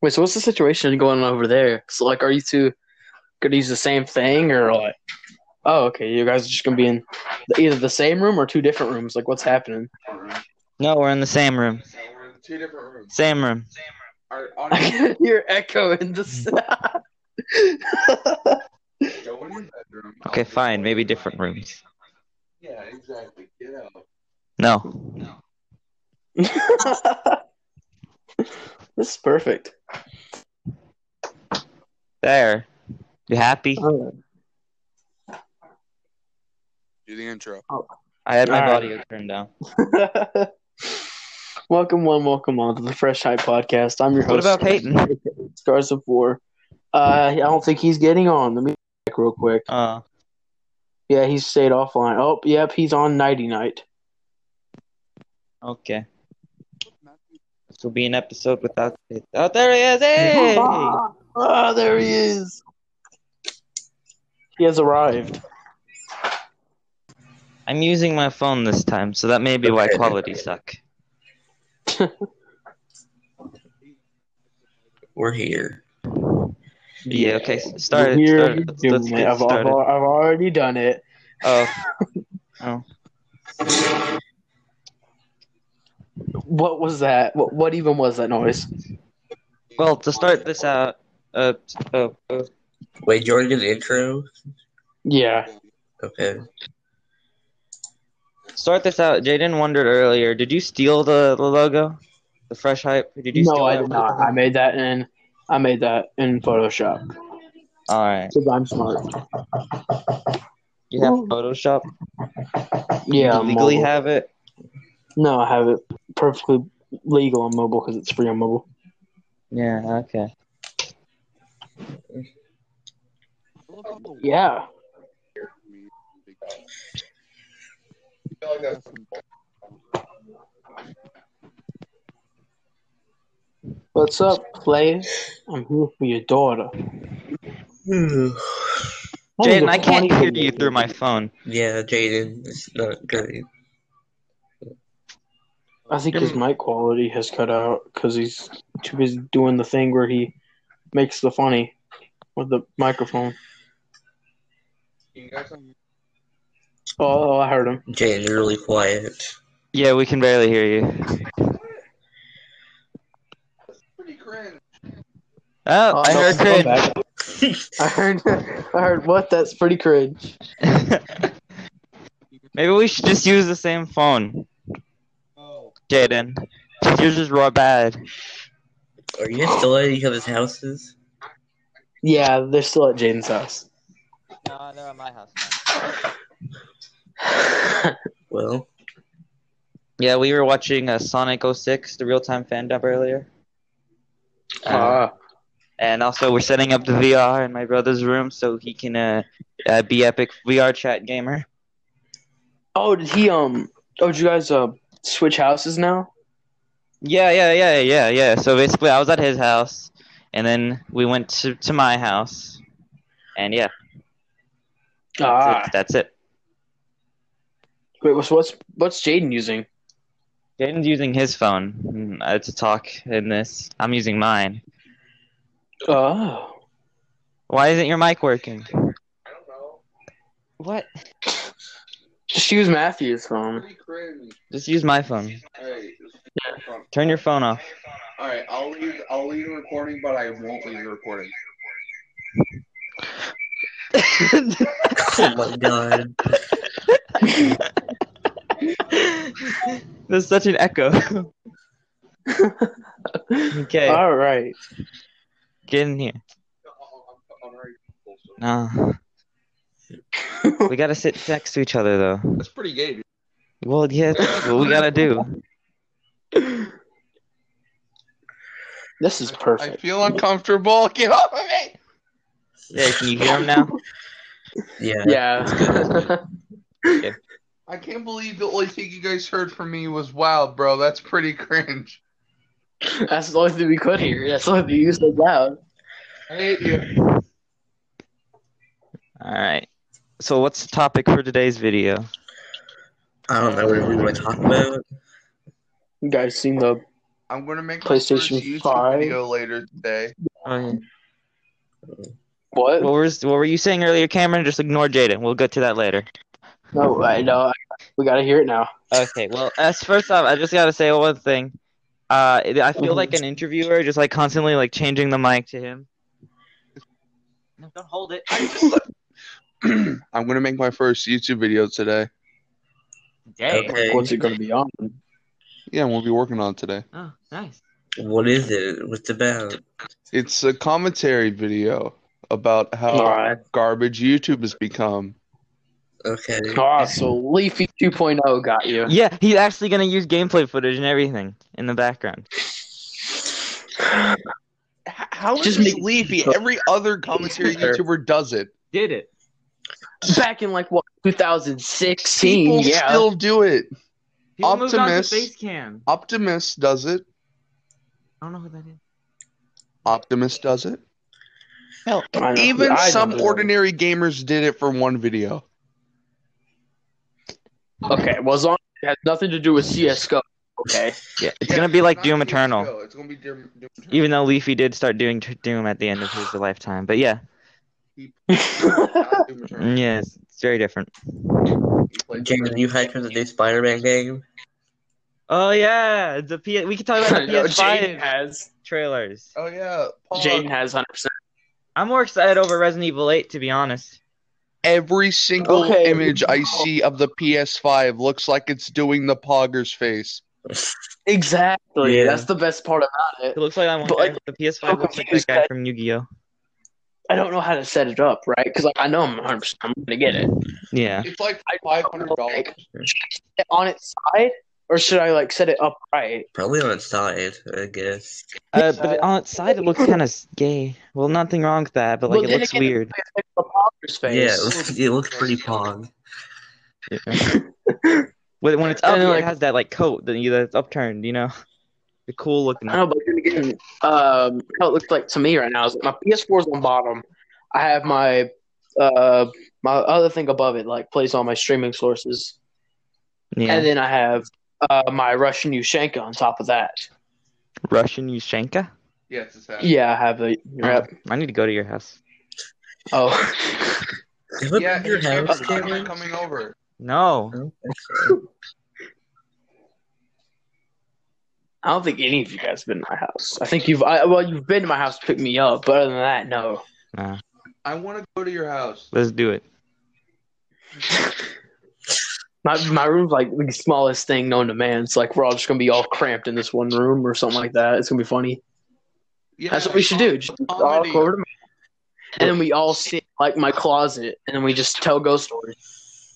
Wait, so what's the situation going on over there? So, like, are you two gonna use the same thing, or like, oh, okay, you guys are just gonna be in either the same room or two different rooms? Like, what's happening? No, we're in the same room. Two different rooms. Same room. Our I can audience, hear echo in the sound. go in your bedroom. Okay, fine. Maybe different rooms. Yeah, exactly. Get out. No. this is perfect. There. You happy? Do the intro. I had my Alright. audio turned down. welcome one, welcome all to the Fresh Hype Podcast. I'm your What host. about Peyton? Scars of War. Uh, I don't think he's getting on. Let me check real quick. Uh, Yeah, he's stayed offline. Oh, yep, he's on nighty night. okay. This will be an episode without. Oh, there he is! Hey! Ah, ah, there he is. He has arrived. I'm using my phone this time, so that may be why Okay. quality suck. We're here. Yeah. Okay. s- Start. it, We're start. already it. Let's, doing let's it. get I've, I've- started. I've already done it. Oh, What was that? What, what even was that noise? well, to start this out. Uh, uh, uh, Wait, Jordan did the intro? Yeah. Okay. start this out. Jaden wondered earlier. Did you steal the, the logo, the fresh hype? Did you No, steal I that did not. I made that in. I made that in Photoshop All right. because I'm smart. You have Well- Photoshop. Yeah, you legally mobile. have it. No, I have it perfectly legal on mobile because it's free on mobile. Yeah. Okay. Yeah. What's up, Clay? I'm here for your daughter. Jaden, I can't hear you through my phone. yeah, Jaden, it's not good. I think his mic quality has cut out because he's too busy doing the thing where he makes the funny with the microphone. Oh, I heard him. Jaden, you're really quiet. Yeah, we can barely hear you. Pretty cringe. Oh, I Oh, heard no, come cringe. back. I heard. I heard what? That's pretty cringe. Maybe we should just use the same phone, Oh, Jaden. Yours is raw bad. Are you guys still at each other's houses? Yeah, they're still at Jaden's house. No, they're at my house. Well, Yeah, we were watching uh, Sonic 06, the real time fan dub earlier. Uh, Ah. and also, we're setting up the VR in my brother's room so he can uh, uh, be epic VR chat gamer. oh, did he? Um. Oh, did you guys uh switch houses now? Yeah, yeah, yeah, yeah, yeah. So basically, I was at his house, and then we went to, to my house, and yeah, that's, Ah. it, that's it. Wait, what's what's what's Jaden using? Jaden's using his phone mm, uh, to talk in this. I'm using mine. Oh. Why isn't your mic working? I don't know. What? Just use Matthew's phone. Pretty cringe. Just use my phone. Alright. Turn your phone off. Alright, I'll leave I'll leave the recording, but I won't leave the recording. oh my god. There's such an echo. okay, All right. get in here. No, we gotta sit next to each other though. That's pretty gay, dude. Well, yeah, that's what we gotta do. This is I perfect. feel uncomfortable. Get off of me! Yeah, can you hear him now? Yeah. Yeah. I can't believe the only thing you guys heard from me was wow, bro. That's pretty cringe. That's the only thing we could hear. That's the only thing you said loud. I hate you. All right. So, what's the topic for today's video? I don't know what we want to talk about. You guys seen the I'm gonna make my first PlayStation YouTube 5. video later today. What What? were what were you saying earlier, Cameron? Just ignore Jaden. We'll get to that later. No, I know. I- We gotta hear it now. Okay. Well, as first off, I just gotta say one thing. Uh, I feel like an interviewer, just like constantly like changing the mic to him. No, don't hold it. I'm gonna make my first YouTube video today. Dang. Okay. What's it gonna be on? Yeah, we'll be working on it today. Oh, nice. What is it? What's it about? It's a commentary video about how All right. garbage YouTube has become. Okay. Ah, so Leafy 2.0 got you. Yeah, he's actually gonna use gameplay footage and everything in the background. H- How is Just this make- leafy? Every other commentary Sure. YouTuber does it. Did it? Back in like what 2016? People yeah. still do it. People moved on to Optimus. face cam. Optimus does it. I don't know who that is. Optimus does it. Hell, I know. even I know some who that ordinary gamers did it for one video. is. Okay, well, as long as it has nothing to do with CS:GO. Okay. Yeah, it's gonna be like Doom Eternal. It's gonna be Doom, Doom Eternal. Even though Leafy did start doing t- Doom at the end of his lifetime, but yeah, Not Doom Eternal. yeah, it's, it's very different. He played James, you hyped for the new Spider-Man game? Oh yeah, the P- we can talk about the No, PS5 Jaden has trailers. Oh yeah, Paul, Jaden has 100. percent I'm more excited over Resident Evil 8 to be honest. every single Okay. image I see of the PS5 looks like it's doing the Pogger's face. Exactly. Yeah. That's the best part about It it. looks like I want But, like, the PS5 I'm looks like that confused guy that- from Yu-Gi-Oh. I don't know how to set it up, right? Because like I know I'm 100. percent I'm gonna get it Yeah, It's like five hundred dollars. on its side, or should I like set it upright? Probably on its side, I guess. uh, but on its side it looks kind of gay. Well, nothing wrong with that, but like Well, it then looks again, weird. It's like a popper's Yeah, face. it looks, it looks pretty pog. When, when it's And up, then, it like- has that like coat that you that's upturned, you know, the cool looking. I don't know, but then again, um, how it looks like to me right now is my PS4 is on bottom. I have my uh my other thing above it, like plays all my streaming sources, Yeah, and then I have uh my Russian Ushanka on top of that. Russian Ushanka. Yes, it's that. Yeah, I have a rep. I need to go to your house. Oh, Is it Yeah, your it's Cameron- house, Cameron Cameron? coming over. No, No? I don't think any of you guys have been to my house. I think you've I, well, you've been to my house to pick me up, but other than that, no. Nah, I want to go to your house. let's do it. My my room's like the smallest thing known to man. It's like we're all just gonna be all cramped in this one room or something like that. It's gonna be funny. Yeah, That's what we should do. Just all comedy. go over to my- and then we all sit like my closet, and then we just tell ghost stories.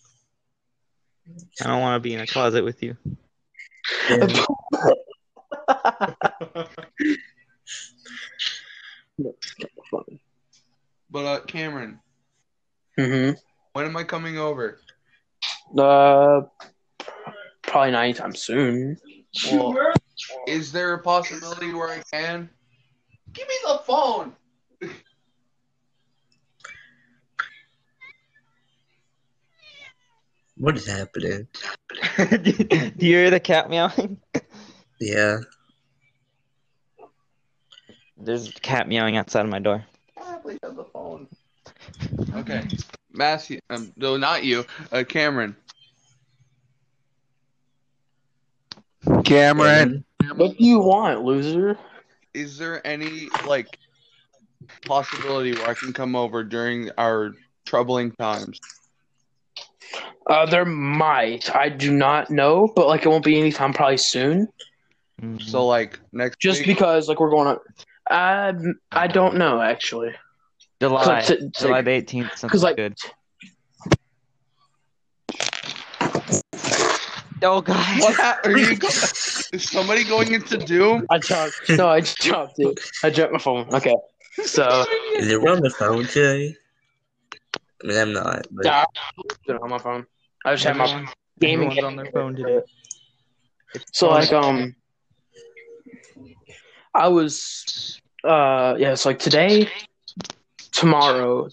I don't want to be in a closet with you. Yeah. But uh, Cameron, Mm-hmm. when am I coming over? Uh, probably not anytime soon. Well, is there a possibility where I can? Give me the phone. What is happening? do you hear the cat meowing? Yeah. There's a cat meowing outside of my door. Ah, please have the phone. Okay, Matthew. Um, no, not you. Uh, Cameron. Cameron. What do you want, loser? is there any like possibility where I can come over during our troubling times? Uh, there might. I do not know, but like it won't be anytime probably soon. Mm-hmm. Mhm. So like next Just week, because like we're going on. I I don't know actually. July, Click to- July the 18th. Sounds Cause like good. Oh god. what ha- are you? Go- is somebody going into Doom? I dropped. No, I dropped it. I dropped my phone. Okay, so. Is it on the phone today? I mean, I'm not. But Yeah, I'm on my phone. I just have my Everyone's- gaming everyone's on their phone today. So like um, I was uh yeah, it's like today, tomorrow,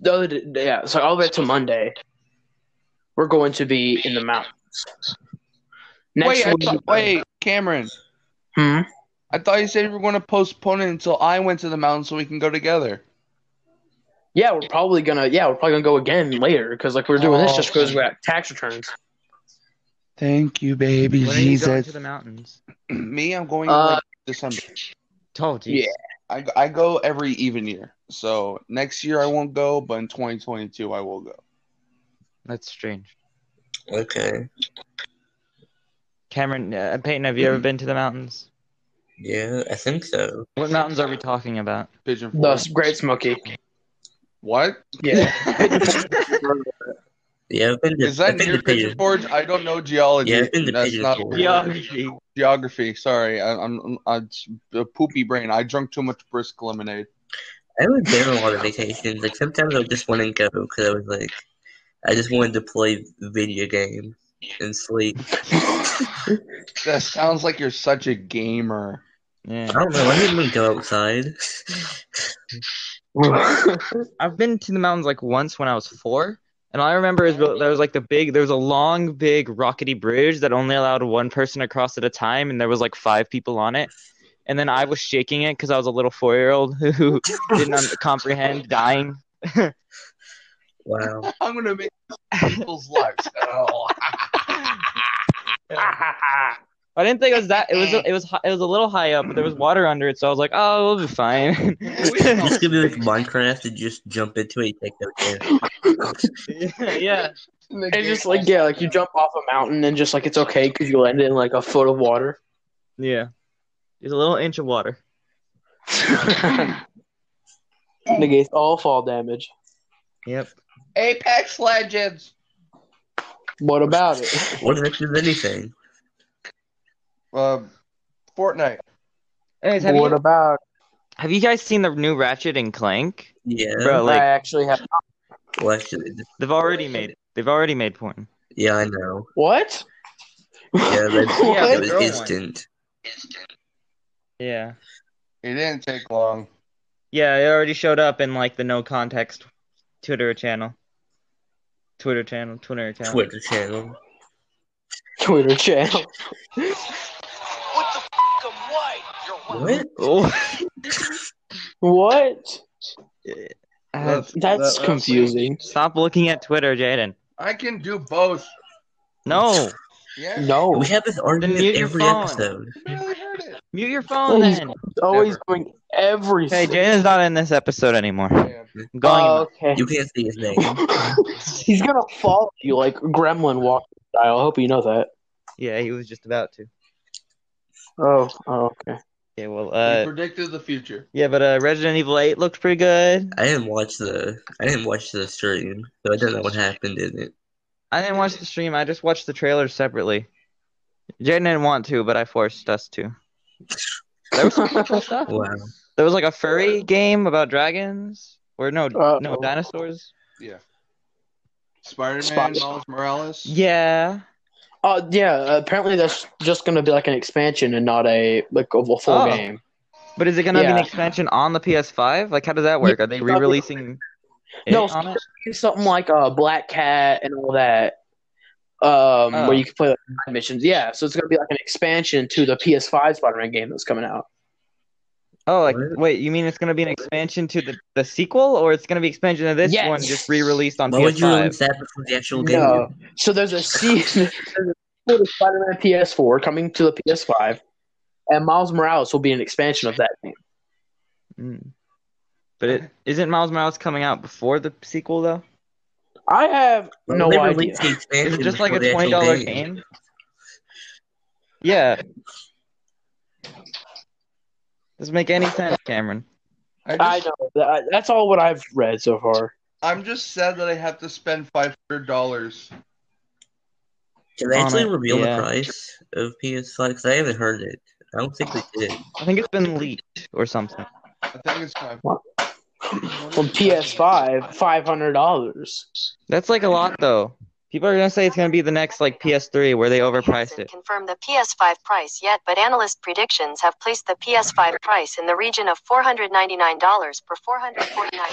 the other day, yeah, so all the way to Monday. We're going to be in the mountains. Next wait, I week, thought- wait, Cameron. hmm? I thought you said you were going to postpone it until I went to the mountain so we can go together. Yeah, we're probably gonna. Yeah, we're probably gonna go again later because like we're doing this just because we got tax returns. Thank you, baby When are you going to the mountains? Me, I'm going Uh, like December. Oh, geez. Yeah. I, I go every even year. So next year I won't go, but in 2022 I will go. That's strange. Okay. Cameron, uh, Peyton, have you Mm-hmm. ever been to the mountains? Yeah, I think so. What mountains are we talking about? Pigeon The Forge. Great Smoky. What? Yeah. Yeah, I've been to, Is that I've been near to Pigeon Pigeon. Forge? I don't know geology. Yeah, I've been to That's Pigeon not Forge. Geography. geography. Sorry, I, I'm, i a poopy brain. I drunk too much brisk lemonade. I haven't been on a lot of vacations. Like sometimes I just want to go because I was like, I just wanted to play video game and sleep. That sounds like you're such a gamer. I Yeah. don't know. I didn't even go outside. I've been to the mountains like once when I was four, and all I remember is there was like the big, there was a long, big rockety bridge that only allowed one person across at a time, and there was like five people on it. And then I was shaking it because I was a little four-year-old who didn't un- comprehend dying. Wow. I'm gonna make people's lives hell. I didn't think it was that. It was it was hi- it was a little high up, but there was water under it, so I was like, "Oh, we'll be fine." This could be like Minecraft and just jump into it. Like, okay. yeah, And just like yeah, like you jump off a mountain and just like it's okay because you land in like a foot of water. yeah. It's a little inch of water. Negates all fall damage. Yep. Apex Legends. What about it? What if it does anything? Uh, Fortnite. Anyways, have, what you, about? have you guys seen the new Ratchet and Clank? Yeah. Bro, I like actually have Well, actually, they've already made they've already made porn. yeah, I know. what? Yeah, that's, What? it was Girl one. instant. Yeah. It didn't take long. Yeah, it already showed up in like the no context Twitter channel. Twitter channel, Twitter channel. Twitter channel. Twitter channel. What? Oh. What? Uh, That's That- confusing. stop looking at Twitter, Jaden. I can do both. No. Yeah. No, We have this argument mute your every phone. episode. You barely heard it. Mute your phone Please. then. he's always doing Hey, everything. Jaden's not in this episode anymore. Yeah. I'm going Oh, okay. You can't see his name. he's gonna follow you like Gremlin walking style. I hope you know that. Yeah, he was just about to. Oh, oh okay. Yeah, well He uh predicted the future. yeah, but uh Resident Evil 8 looked pretty good. I didn't watch the I didn't watch the stream, so I don't know what happened in it. I didn't watch the stream. I just watched the trailers separately. Jaden didn't want to, but I forced us to. There was some cool stuff. Wow. There was like a furry game about dragons, or no, Uh, no Uh-oh. dinosaurs. Yeah. Spider Man, Spider- Miles Morales. Yeah. Uh, yeah. Apparently, that's just gonna be like an expansion and not a like a full Oh. game. But is it gonna be an Yeah. expansion on the PS5? Like, how does that work? Are they re-releasing? it No, on it? Something like uh, Black Cat and all that, um, Oh. where you can play like, side missions. Yeah, so it's gonna be like an expansion to the PS5 Spider-Man game that's coming out. Oh, like What? wait, you mean it's gonna be an expansion to the, the sequel, or it's gonna be expansion of this Yes. one just re-released on Why would you PS5? release that before the actual game? No. So there's a season for the Spider-Man PS4 coming to the PS5, and Miles Morales will be an expansion of that game. Mm. But it isn't Miles Morales coming out before the sequel though? I have Why would no they idea. release the expansion Is it just like before a the twenty actual dollar game? Yeah. Doesn't make any sense, Cameron. I just, I know that, that's all what I've read so far. I'm just sad that I have to spend five hundred dollars. Can they on actually it, reveal yeah. the price of PS5? Because I haven't heard it. I don't think they did. I think it's been leaked or something. I think it's five. From PS5, five hundred dollars. That's like a lot though. People are gonna say it's gonna be the next like PS3 where they overpriced Hansen it. confirmed the PS5 price yet, but analyst predictions have placed the PS5 price in the region of $499 per 449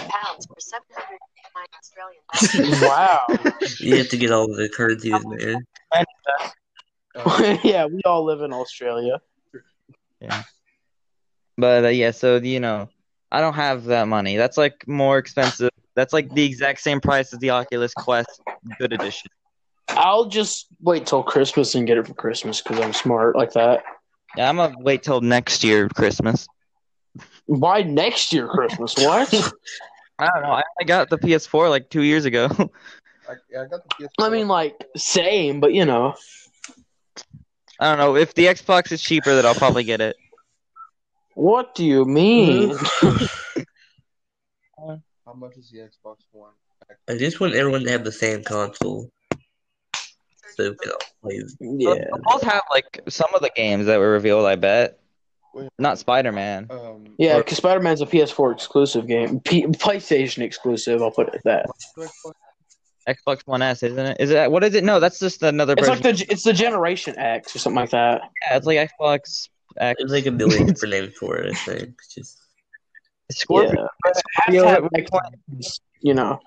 pounds per 709 Australian dollars. Wow. You have to get all the currencies in there. yeah, we all live in Australia. But uh, yeah, so you know, I don't have that money. That's like more expensive. That's like the exact same price as the Oculus Quest Good Edition. I'll just wait till Christmas and get it for Christmas because I'm smart like that. Yeah, I'm gonna wait till next year Christmas. Why next year Christmas? What? I don't know. I, I got the PS4 like two years ago. I, I got the PS4. I mean, like same, but you know, I don't know if the Xbox is cheaper, then I'll probably get it. what do you mean? how much is the Xbox One? I just want everyone to have the same console. So we can all play. But yeah, they'll both have like some of the games that were revealed. I bet. Wait. Not Spider Man. Um, yeah, or- because Spider Man's a PS4 exclusive game, P- PlayStation exclusive. I'll put it at that. Xbox One S, isn't it? Is it? What is it? No, that's just another It's version. like the it's the Generation X or something like that. yeah, it's like Xbox X. There's like a million different names for it. I think. It's just Scorpio. Yeah, It Scorpio has to at have, one like, you know.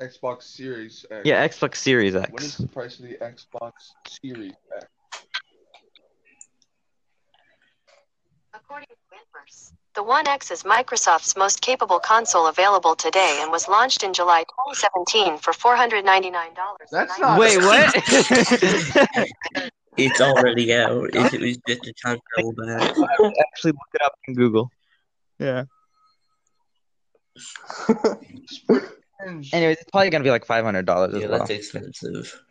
Xbox Series X. Yeah, Xbox Series X. What is the price of the Xbox Series X? According to Inverse, the One X is Microsoft's most capable console available today and was launched in July 2017 for $499. That's not- Wait, what? it's already out. It was just a time travel back. actually look it up in Google. Yeah. Anyways, it's probably gonna be like five hundred dollars Yeah, as well. that's expensive.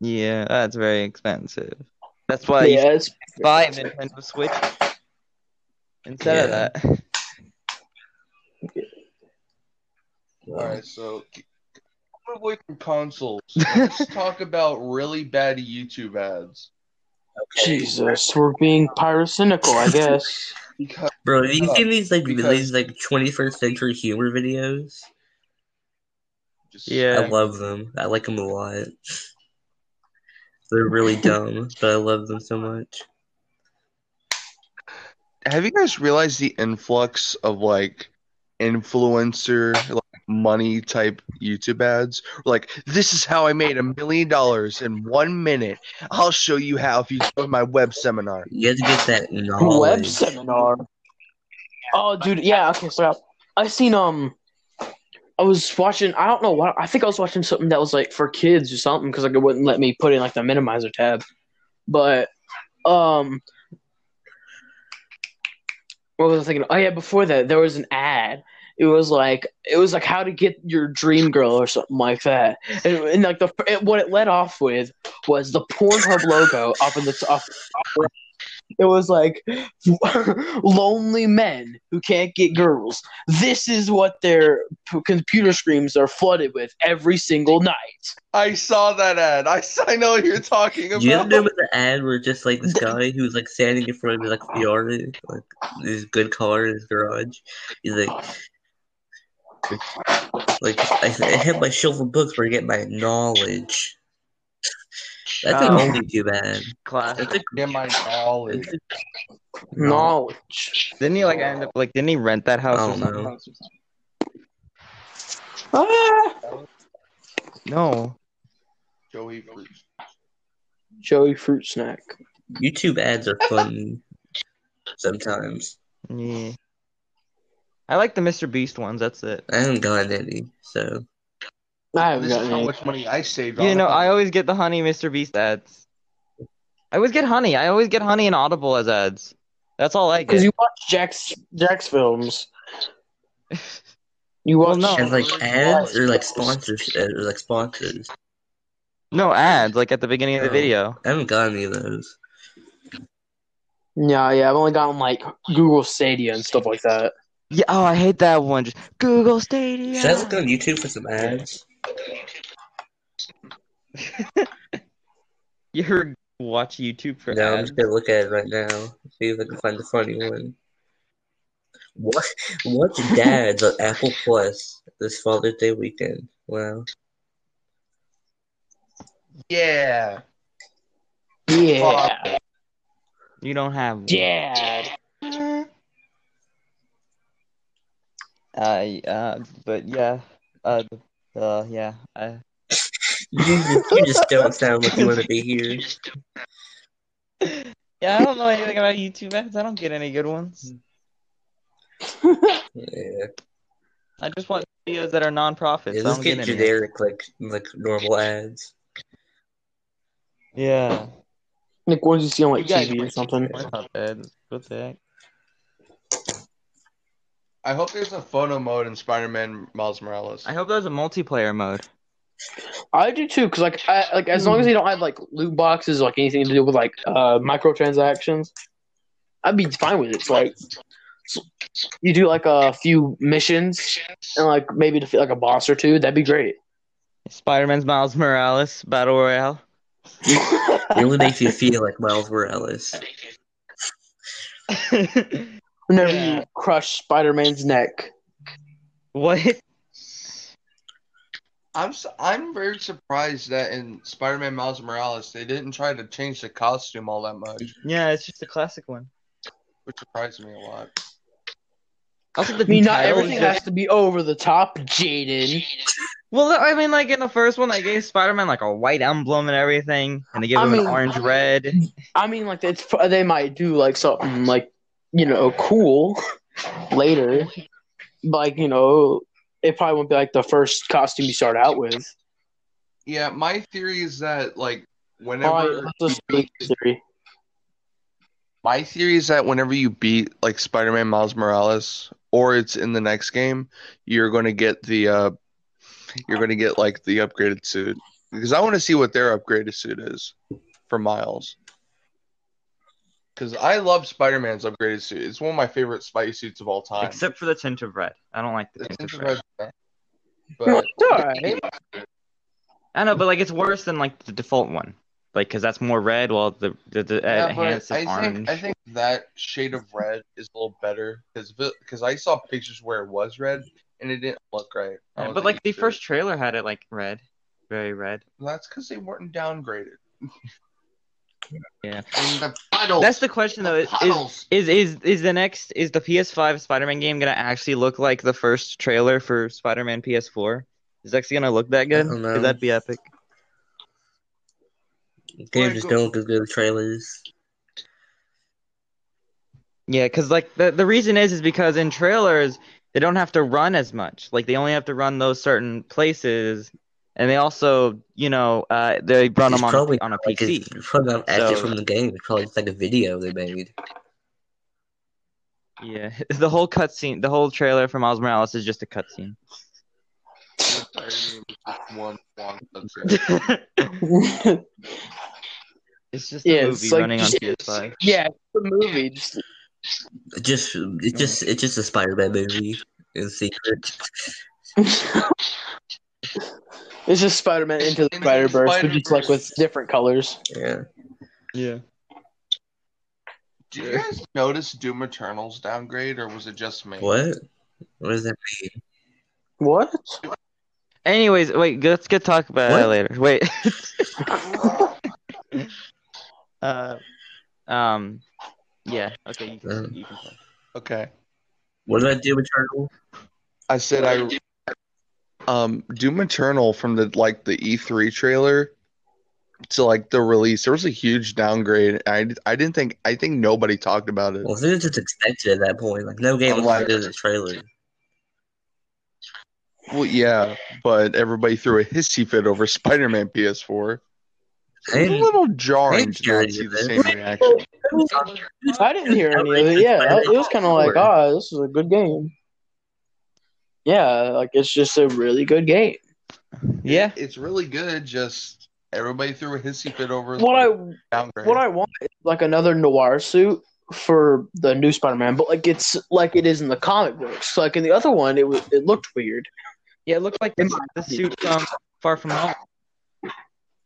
Yeah, that's very expensive. That's why you yeah, it's should buy a Nintendo Switch instead of Yeah. that. All right, so keep- move away from consoles. Let's talk about really bad YouTube ads Jesus. We're being pyrocynical, I guess. because Bro, have you Oh, seen these like because- these like 21st century humor videos? just Yeah. I love them. I like them a lot. They're really dumb, but I love them so much. Have you guys realized the influx of like influencer like money type YouTube ads? Like, this is how I made a million dollars in one minute. I'll show you how if you join my web seminar. You have to get that Web knowledge. seminar. Oh, dude. Yeah. Okay. So I seen um, I was watching. I don't know what. I think I was watching something that was like for kids or something because like it wouldn't let me put in like the minimizer tab. But um, what was I thinking? Oh yeah, before that there was an ad. It was like it was like how to get your dream girl or something like that. And, and like the it, what it led off with was the Pornhub logo up in the top. It was like lonely men who can't get girls. This is what their p- computer screens are flooded with every single night. I saw that ad. I, s- I know what you're talking Do you about. remember the ad where just like this guy who was like standing in front of like Fiore, like this good car in his garage? He's like, like I, I have my shelf of books where I get my knowledge. That's Oh. only too bad. Class. That's a Get my knowledge. Knowledge. Didn't he like end up like? Didn't he rent that house I or don't something? know. Ah! No. Joey Fruits. Joey Fruit Snack. YouTube ads are fun sometimes. Yeah. I like the Mr. Beast ones. That's it. I haven't gotten any, so I haven't This is gotten how any. much money I saved on You know, it. I always get the honey Mr. Beast ads. I always get honey. I always get honey and Audible as ads. That's all I get. Because you watch Jack's Jack's films. You watch Well, no. and like ads or like sponsors uh, or like sponsors. No ads, like at the beginning of the Oh. video. I haven't gotten any of those. Yeah, yeah. I've only gotten like Google Stadia and stuff like that. Yeah. Oh, I hate that one. Just Google Stadia. Should I look on YouTube for some ads? You heard watch YouTube for No, I'm ads. just gonna look at it right now. See if I can find a funny one. What? What's dads on Apple Plus this Father's Day weekend? Wow. Yeah. Yeah, You don't have. one. dad. Uh, uh, but yeah. Uh, uh, yeah. I, You just, you just don't sound like you want to be here. Yeah, I don't know anything about YouTube ads. I don't get any good ones. Yeah. I just want videos that are non-profits. Yeah, I let's don't get get any. generic like like normal ads. Yeah. Like ones you see on like You guys TV or might- something. That's not bad. What the heck? I hope there's a photo mode in Spider-Man Miles Morales. I hope there's a multiplayer mode. I do too, because like, I, like as long as they don't have like loot boxes, or, like anything to do with like uh microtransactions, I'd be fine with it. It's like you do like a few missions and like maybe defeat like a boss or two. That'd be great. Spider-Man's Miles Morales Battle Royale. It only makes you feel like Miles Morales. Whenever Yeah. you crush Spider Man's neck, what? I'm s- I'm very surprised that in Spider-Man Miles Morales they didn't try to change the costume all that much, Yeah, it's just a classic one. which surprised me a lot. Also, the I mean, not title is everything just- has to be over the top, Jaden. Well, I mean, like in the first one, they gave Spider-Man like a white emblem and everything, and they gave I him mean- an orange red. I mean, like it's they might do like something like you know cool later, like you know it probably won't be like the first costume you start out with. Yeah, my theory is that like Alright, whenever let's just speak theory. my theory is that whenever you beat like Spider-Man Miles Morales or it's in the next game, you're going to get the uh you're going to get like the upgraded suit because I want to see what their upgraded suit is for Miles. Cuz I love Spider-Man's upgraded suit. It's one of my favorite spidey suits of all time. Except for the tint of red. I don't like the It's tint of red. interesting. But Alright. I know, but like it's worse than like the default one, like because that's more red, while the the, the Yeah, uh, enhanced but is I orange. think I think that shade of red is a little better because I saw pictures where it was red and it didn't look right. Oh, I Yeah, wasn't but like the used to first trailer had it like red, very red. it. that's because they weren't downgraded. Yeah. And the Oh. puddles. That's the question though. Is puddles. is is, is the next is the PS5 Spider-Man game gonna actually look like the first trailer for Spider-Man PS4? Is it actually gonna look that good? don't know. 'Cause that'd be epic. Games just don't look good with trailers. Yeah, because like the the reason is is because in trailers they don't have to run as much. Like they only have to run those certain places, and they also you know uh, they run It's them on probably a, on a Like PC. it's probably not actually So- from the game. It's probably just like a video they made. Yeah, the whole cutscene, the whole trailer for Miles Morales is just a cutscene. one long cutscene. it's just a Yeah, it's movie like running just- on PS5. yeah, it's a movie. Just It Just it's just it's just a Spider-Man movie in secret. it's just Spider Man into the Spider Verse, but just like with different colors. Yeah. Yeah. Do you guys notice Doom Eternal's downgrade or was it just me? What? What does that mean? What? Anyways, wait, let's get talk about that What? later. Wait. uh, um, yeah. Okay, you Um. can, you can talk. Okay, What did I do with Turtle? I said I. Um, Doom Eternal from the like the E3 trailer to like the release, there was a huge downgrade. I I didn't think I think nobody talked about it. Well, I think it's just expected at that point. Like no game I'm looks like- like a trailer. Well, yeah, but everybody threw a hissy fit over Spider-Man PS4. I It's a didn't, little jarring and to not Jared see the did. same reaction. I didn't hear any of it. Yeah, it was kind of like, oh, this is a good game. Yeah, like it's just a really good game. Yeah. It's really good. Just everybody threw a hissy fit over What I the downgrade. what I want is like another noir suit for the new Spider-Man, but like it's like it is in the comic books. Like in the other one, it was it looked weird. Yeah, it looked like the, the suit from Far From Home,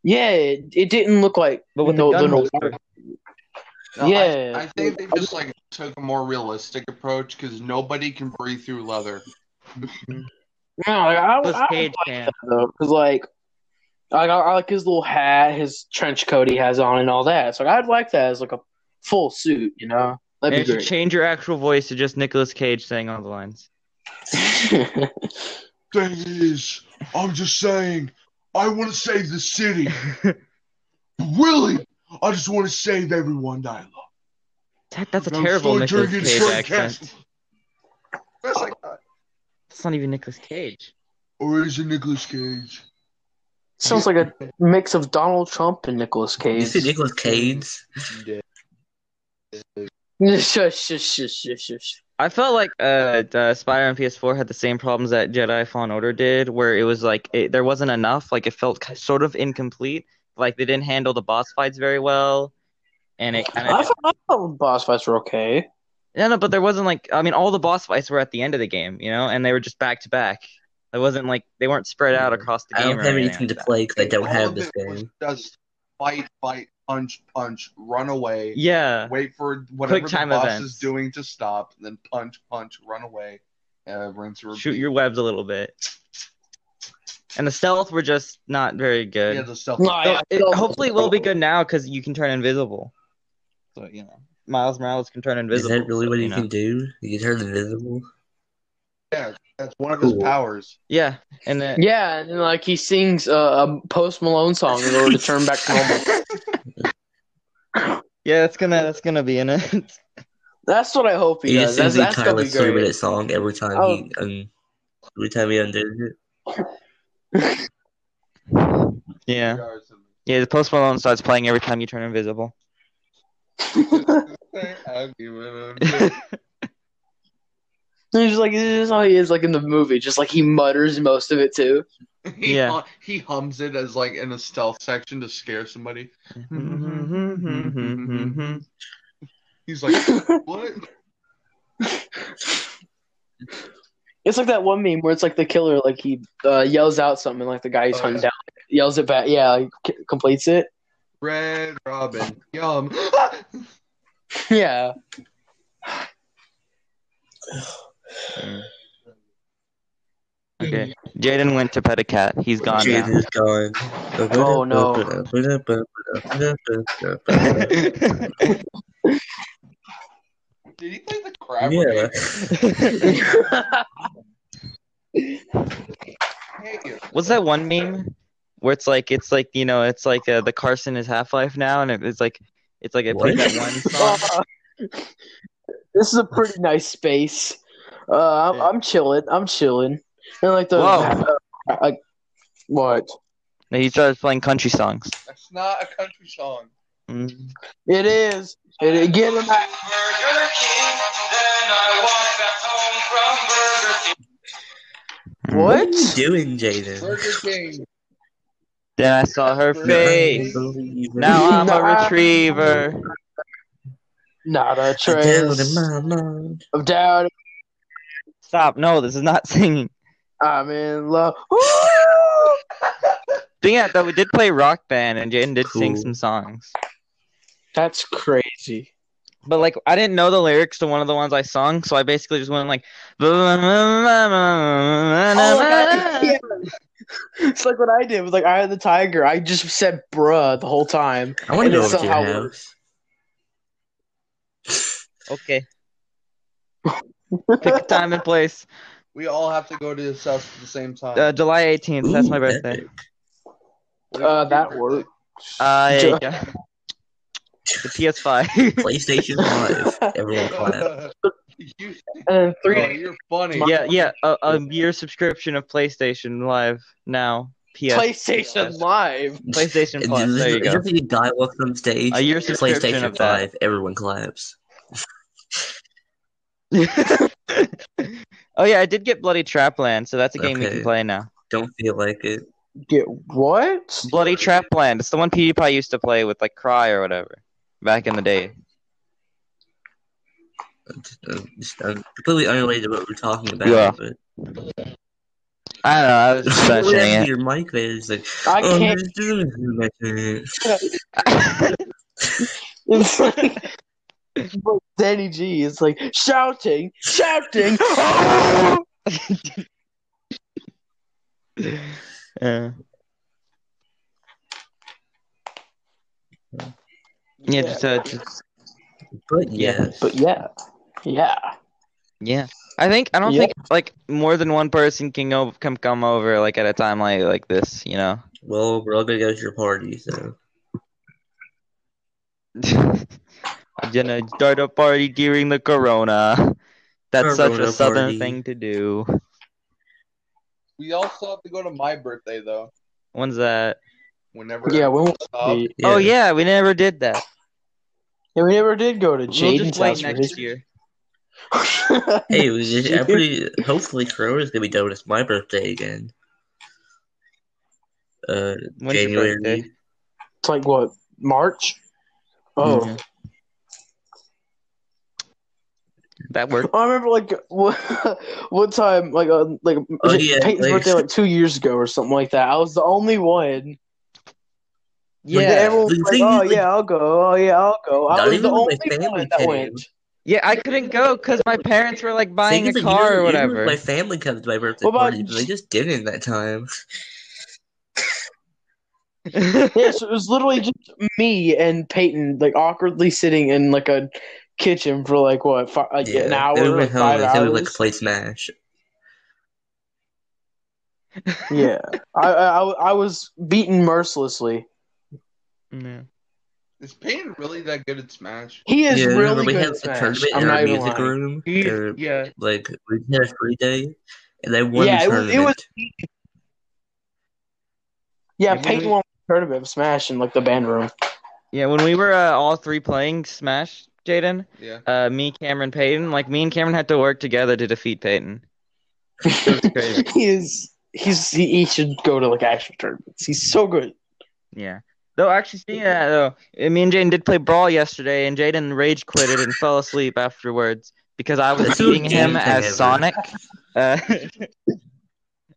Yeah, it, it didn't look like but with no- the gun the holster. noir. No, I- yeah, I, think they just like took a more realistic approach because nobody can breathe through leather. no, like, I, Plus I, Cage can. because like I, I like his little hat, his trench coat he has on, and all that. So I'd like that as like a full suit, you know. And That'd you be should great. change your actual voice to just Nicolas Cage saying all the lines. Thing is, I'm just saying, I want to save the city. Really? I just want to save everyone that I love. That, that's a I'm terrible still Nicolas drinking Cage Strike accent. Castle. That's like uh, that. That's not even Nicolas Cage. Or is it Nicolas Cage? Sounds like a mix of Donald Trump and Nicolas You Cage. see Nicolas Cage? shush, shush, shush, shush, shush. I felt like uh, uh Spyro on PS4 had the same problems that Jedi Fallen Order did, where it was like it, there wasn't enough. Like it felt ki- sort of incomplete. Like they didn't handle the boss fights very well, and it kind I of thought, I thought boss fights were okay. no, no. But there wasn't like I mean, all the boss fights were at the end of the game, you know, and they were just back to back. It wasn't like they weren't spread out across the Mm-hmm. I game. don't or have anything anything like to that. play because I don't All have of this it was game. Just fight, fight, punch, punch, run away. Yeah, Wait for whatever Quick the time boss events. is doing to stop, then punch, punch, run away, uh, rinse, repeat. shoot your webs a little bit. And the stealth were just not very good. yeah, the stuff. No, I- It- hopefully, it will be good now because you can turn invisible. So you know, Miles Morales can turn Is invisible. that really so, what you, know. can do? You turn invisible? yeah, that's one of his Cool. powers. Yeah, and then Yeah, and like he sings a, a Post Malone song in order to turn back to normal. yeah, that's gonna that's gonna be in it. That's what I hope he He just does. That's, sings the that's entire gonna like be three great. minute song every time he um, every time he undoes it. yeah, yeah. The Post Malone starts playing every time you turn invisible. He's just like this is how he is like in the movie. Just like he mutters most of it too. He, Yeah. hum- he hums it as like in a stealth section to scare somebody. yeah, He's like, what? It's like that one meme where it's like the killer like he uh, yells out something like the guy he's Oh, hunting yeah. down yells it back. Yeah, like, c- completes it. Red Robin, yum. Yeah. Okay, Jaden went to pet a cat. He's gone Jaden now. is gone. Oh, no. Did he play the crab? yeah. Hey, What's that one meme where it's like it's like you know it's like uh, the Carson is Half Life now, and it, it's like it's like it plays What? that one song. this is a pretty nice space. Uh, I'm, Yeah. I'm chilling. I'm chilling. And like the Whoa. uh, like what? No, he started playing country songs. That's not a country song. Mm. Mm-hmm. It is. It, it- get him out. What What? are you doing, Jaden? Burger King. Then I saw her face. Unbelievable. Now I'm No. a retriever. Not a I doubt in trace my mind. of doubt. Stop. No, this is not singing. I'm in love. But yeah, though we did play rock band and Jaden did sing Cool. some songs. That's crazy. But like I didn't know the lyrics to one of the ones I sung, so I basically just went like Oh Yeah, It's like what I did with like Eye of the Tiger. I just said bruh the whole time. I want And to go it's over to your somehow house. okay. Pick a time and place. We all have to go to this house at the same time. Uh, July 18th, that's my Ooh, birthday. epic. Uh, that worked. Uh, yeah, Ju- yeah. The PS5. PlayStation Live. Everyone clap. you, And oh, three you're funny. yeah, yeah, a, a year subscription of PlayStation Live now. PS PlayStation Live. PlayStation It's Plus. just- There you it's go. just like a guy walks on stage. A year subscription PlayStation of that. Five. Everyone claps. oh yeah, I did get Bloody Trapland, so that's a game you can Okay. play now. Don't feel like it. Get what? Bloody Trapland. It's the one PewDiePie used to play with like Cry or whatever back in the day. I'm just- I'm completely unrelated to what we're talking about. Yeah. But I don't know. I was just what happened to mentioning your mic there? It's like, I Um, oh, can't. there's doing too much in it. it. It's like but Danny G is like shouting, shouting. yeah. Yeah, just, uh, just But Yeah, yes. But yeah, yeah. yeah. I think I don't Yeah. think like more than one person can go come come over like at a time like like this, you know. Well, we're all gonna go to your party, so I'm gonna start a party during the corona. That's such Corona a southern party. thing to do. We also have to go to my birthday though. When's that? Whenever Yeah, when Oh, we, Oh yeah, we never did that. yeah, we never did go to We'll Jaden's just wait house for his. next year. Hey, we just, I'm pretty. Hopefully, Corona's gonna be done. when It's my birthday again. Uh, When's January. your birthday? It's like what March? Oh, Mhm. That worked. I remember like one one time, like uh, like Oh, was it yeah, Peyton's like- birthday like two years ago or something like that. I was the only one. Yeah. like, everyone was The like, thing "Oh is, like- yeah, I'll go. Oh yeah, I'll go." I Not was the even my only family one that came. went. Yeah, I couldn't go because my parents were like buying Thing a is, like, car usually- or usually whatever. My family comes to my birthday What about party, but J- they just didn't that time. Yeah, so it was literally just me and Peyton, like awkwardly sitting in like a kitchen for like what, fi like an Yeah, hour, then we like went home five and then we went to hours. play Smash. yeah, I, I I was beaten mercilessly. Yeah. is Peyton really that good at Smash? He is yeah, remember really we good had at a Smash. tournament I'm in not our even music lying. room. or, Yeah. like we had a free day, and they won Yeah, the it was- tournament. it was- Yeah, When Peyton we- won the tournament of Smash in like the band room. Yeah, when we were uh, all three playing Smash, Jaden, Yeah. uh, me, Cameron, Peyton, like me and Cameron had to work together to defeat Peyton. That's crazy. he is he's he, he should go to like actual tournaments. He's so good. Yeah. Though actually, speaking of that though, uh, me and Jaden did play Brawl yesterday, and Jaden rage quitted and fell asleep afterwards because I was That's the beating him game thing as ever. Sonic. Uh,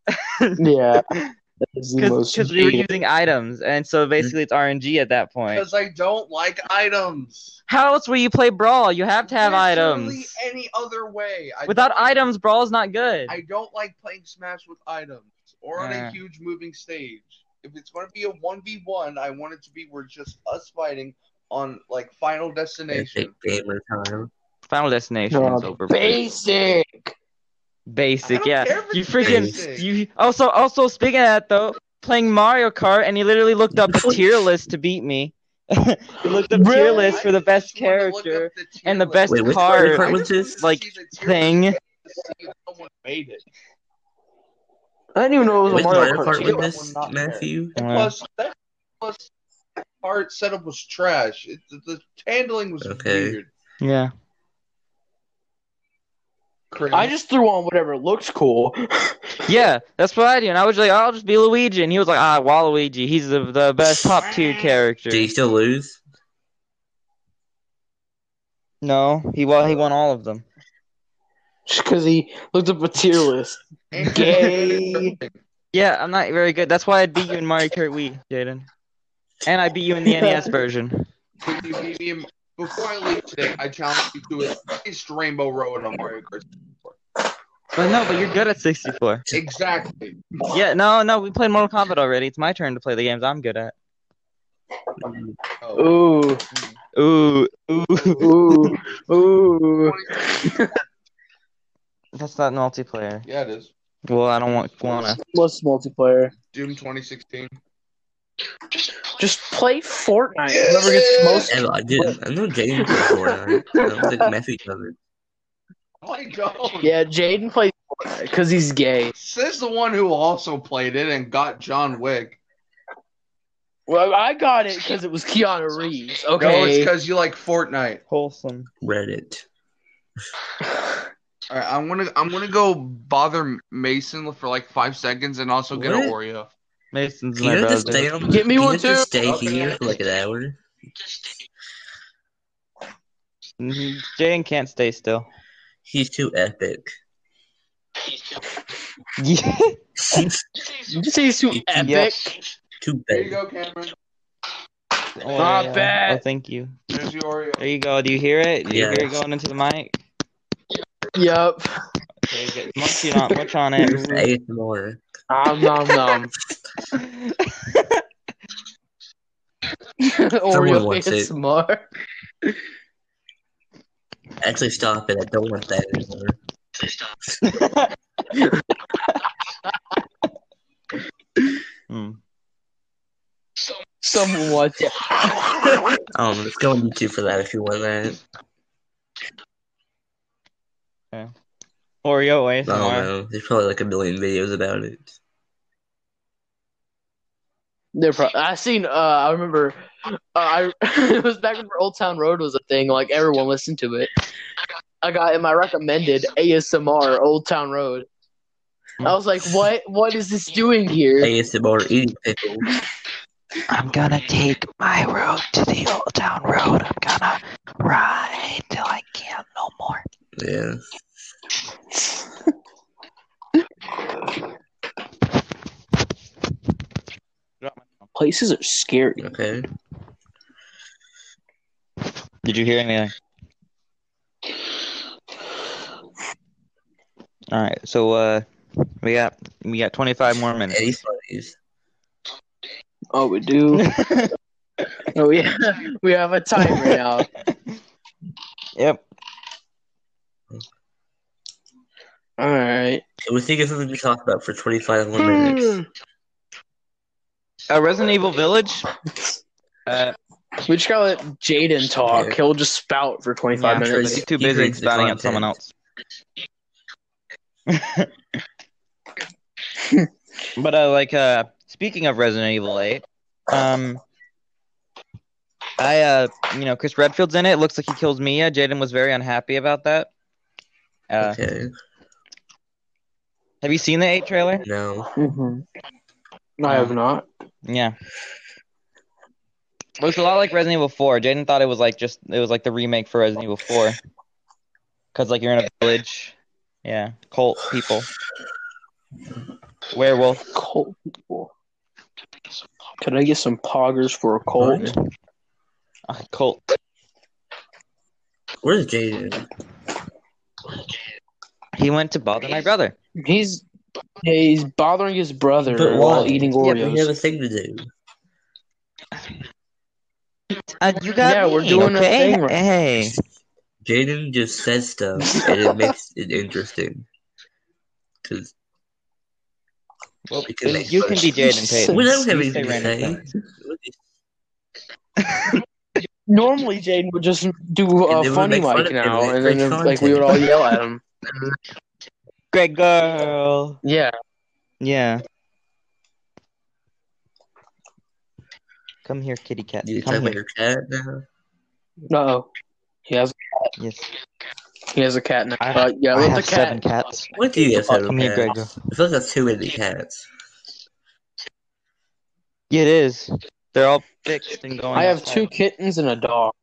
Yeah, that is the most. because we were cheating- using items, and so basically it's RNG at that point. Because I don't like items. How else will you play Brawl? You have to have Literally items. Any other way? I Without don't like- items, Brawl's not good. I don't like playing Smash with items or on a Yeah. huge moving stage. If it's going to be a 1v1, I want it to be where just us fighting on like Final Destination. gamer time. Final Destination is Uh, overrated. basic. I Basic, don't yeah. care if You it's freaking basic. you. Also, also speaking of that though, playing Mario Kart, and he literally looked up a tier list to beat me. he looked up tier Really? list for the I best just wanna look character up the tier and the list. best Wait, which car Mario Kart I was just wanted this? to like see the tier thing. list to see if someone made it. I didn't even know it was Which a Mario Mario Kart. Kart tier. was I this, would not care. Matthew? And Yeah. plus, that plus that part setup was trash. It, the, the handling was Okay. weird. Yeah. Cringe. I just threw on whatever looked cool. Yeah, that's what I do. And I was like, I'll just be Luigi, and he was like, Ah, Waluigi. He's the, the best top tier character. Did he still lose? No, he won. He won all of them. Because he looked up a tier list. And- Gay. Yeah, I'm not very good. That's why I beat you in Mario Kart Wii, Jaden. And I beat you in the NES version. Would you beat me in- Before I leave today, I challenge you to at least Rainbow Road on Mario Kart. But no, but you're good at 64. Exactly. Yeah, no, no, we played Mortal Kombat already. It's my turn to play the games I'm good at. Oh. Ooh, Ooh, ooh. ooh, ooh. That's not multiplayer. Yeah, it is. Well, I don't want wanna. What's multiplayer? Doom 2016. Just play Fortnite. Whoever gets most. And I did. I know James was Fortnite. I don't think Matthew does it. Oh, I don't. Yeah, Jaden plays Fortnite because he's gay. Says the one who also played it and got John Wick. Well, I got it because it was Keanu Reeves. No, it's Okay. because you like Fortnite. Wholesome. Reddit. All right, I'm gonna I'm gonna go bother Mason for like five seconds and also get an What? Oreo. Mason's You my have to brother. stay on. Get me you one have too. to stay Okay. here for like an hour. Mhm. Jaden can't stay still. He's too epic. Oh, Yeah. He's Did you say he's too epic? Yep. too There you big. go, Cameron. Oh, Not yeah. bad. Oh, thank you. There's your Oreo. There you go. Do you hear it? Do you hear it Yes. going into the mic? Yep. Okay, get much on, much on it. Here's ASMR. Om nom nom. Someone Oreo wants is it. smart. Actually, stop it. I don't want that anymore. Hmm. Someone wants it. I Um, let's go on YouTube for that if you want that. Oreo I don't ASMR. know. There's probably like a million videos about it. They're pro- I seen. Uh, I remember. Uh, I it was back when Old Town Road was a thing. Like everyone listened to it. I got in my recommended ASMR Old Town Road. I was like, what? What is this doing here? ASMR eating pickles. I'm gonna take my road to the old town road. I'm gonna ride till I can't no more. Yeah. Places are scary. Okay. Did you hear anything? All right, so uh, we got we got 25 more minutes. Any funnies? Oh, we do. oh yeah, we have a timer now. Yep. All right. Can we think of something to talk about for 25 Hmm. more minutes? Uh, Resident Evil Village. Uh, We just gotta let Jaden talk. He'll just spout for 25 yeah, minutes. he's too busy He spouting at drinks the someone else. but uh, like uh, speaking of Resident Evil 8, um, I uh, you know, Chris Redfield's in it. Looks like he kills Mia. Jaden was very unhappy about that. Uh, Okay. have you seen the 8 trailer? No. Mhm. I have not. Yeah. Looks a lot like Resident Evil 4. Jaden thought it was like just it was like the remake for Resident Evil 4. Cuz like you're in a village. Yeah, cult people. Werewolf. Cult people. Could I get some poggers for a colt? Uh, cult. Where's Jaden? He went to bother my brother. He's yeah, he's bothering his brother But while why? eating Yeah, but Oreos. we have a thing to do. Uh, you got Yeah, we're me, doing a okay? thing right- Hey. Jaden just says stuff, and it makes it interesting. Because Well, We can make you can be Jaden Payton. we don't have You stay right anything to next say. Normally, Jaden would just do And a they would funny make fun mic of him now, and and make then great like we would all content. yell at him. Great girl. Yeah, Yeah. Come here, kitty cat. You talk Come about here. your cat now? no, he has Yes. he has a cat now. I- But yeah, I let the have seven cat. cats. What do you guys have? Oh, Come here, cats? Gregor. I feel like that's too many cats. It is. They're all fixed and going. I have outside. two kittens and a dog.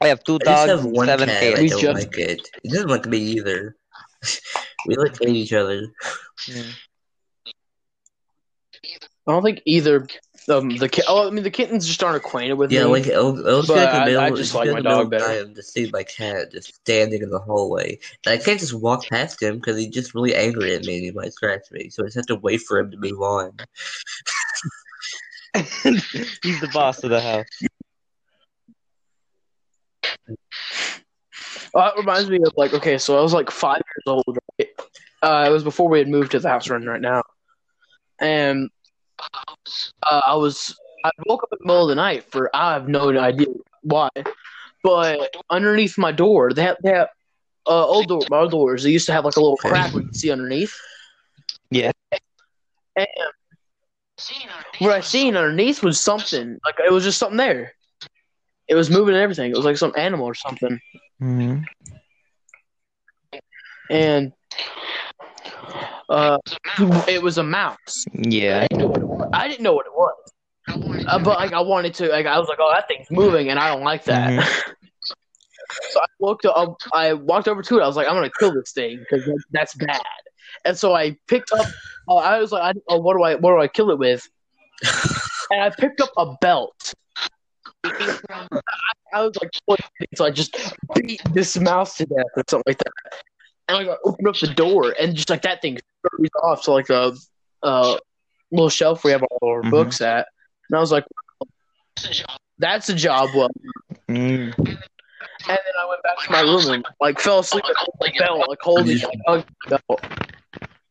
I have two I just dogs have and one seven cat. and I We cats. don't just- like it. It doesn't like me either. we like hate each other. Mm. I don't think either um the kit. Oh, I mean the kittens just aren't acquainted with Yeah, me. like it'll, But it'll be like the I- middle. I just it'll like be my the middle dog of better. the night to see my cat just standing in the hallway, and I can't just walk past him because he's just really angry at me and he might scratch me. So I just have to wait for him to move on. He's the boss of the house. Oh, that reminds me of like okay, so I was like five years old. Right? Uh, it was before we had moved to the house we're in right now, and uh, I was I woke up in the middle of the night for I have no idea why, but underneath my door they have, they have uh, old door my old doors they used to have like a little crack we could see underneath. Yeah. And what I seen underneath was something like it was just something there. It was moving and everything. It was like some animal or something. Mm. and uh, it was a mouse. I Yeah. didn't know what it was. I didn't know what it was. Uh, but like I wanted to, like I was like, oh, that thing's moving, and I don't like that. so I walked up, I walked over to it. I was like, I'm gonna kill this thing because that's bad. And so I picked up. Uh, I was like, I, oh, what do I, what do I kill it with? And I picked up a belt. I was like, what? so I just beat this mouse to death or something like that. And like, I opened up the door and just like that thing scurries off to like the uh, little shelf we have all our Mhm. books at. And I was like, that's a job well. Mm. And then I went back to my room and like fell asleep and held the bell, like holding like, hugging the bell.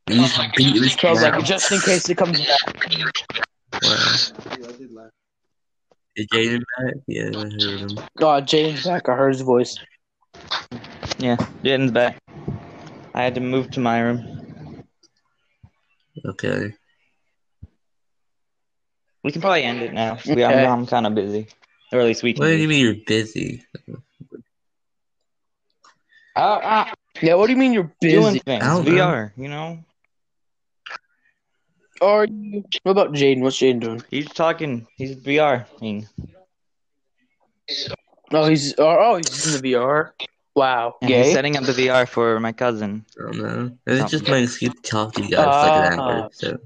You just beat this So I was cat. like, just in case it comes back. Wow. Is Jaden back? Yeah, I heard him. God, Jaden's back. I heard his voice. Yeah, Jaden's back. I had to move to my room. Okay. We can probably end it now. We, Okay. I'm, I'm kind of busy, or at least we What do can. you be. mean you're busy? Uh, uh, Yeah, what do you mean you're doing busy? things. I don't We know. are, you know. Are you? What about Jaden? What's Jaden doing? He's talking. He's VR. I mean, Oh, he's oh, oh he's in the VR. Wow. and he's Gay. setting up the VR for my cousin. I don't know. It's just Something. my excuse to talk to you guys for like an Ah. hour. So.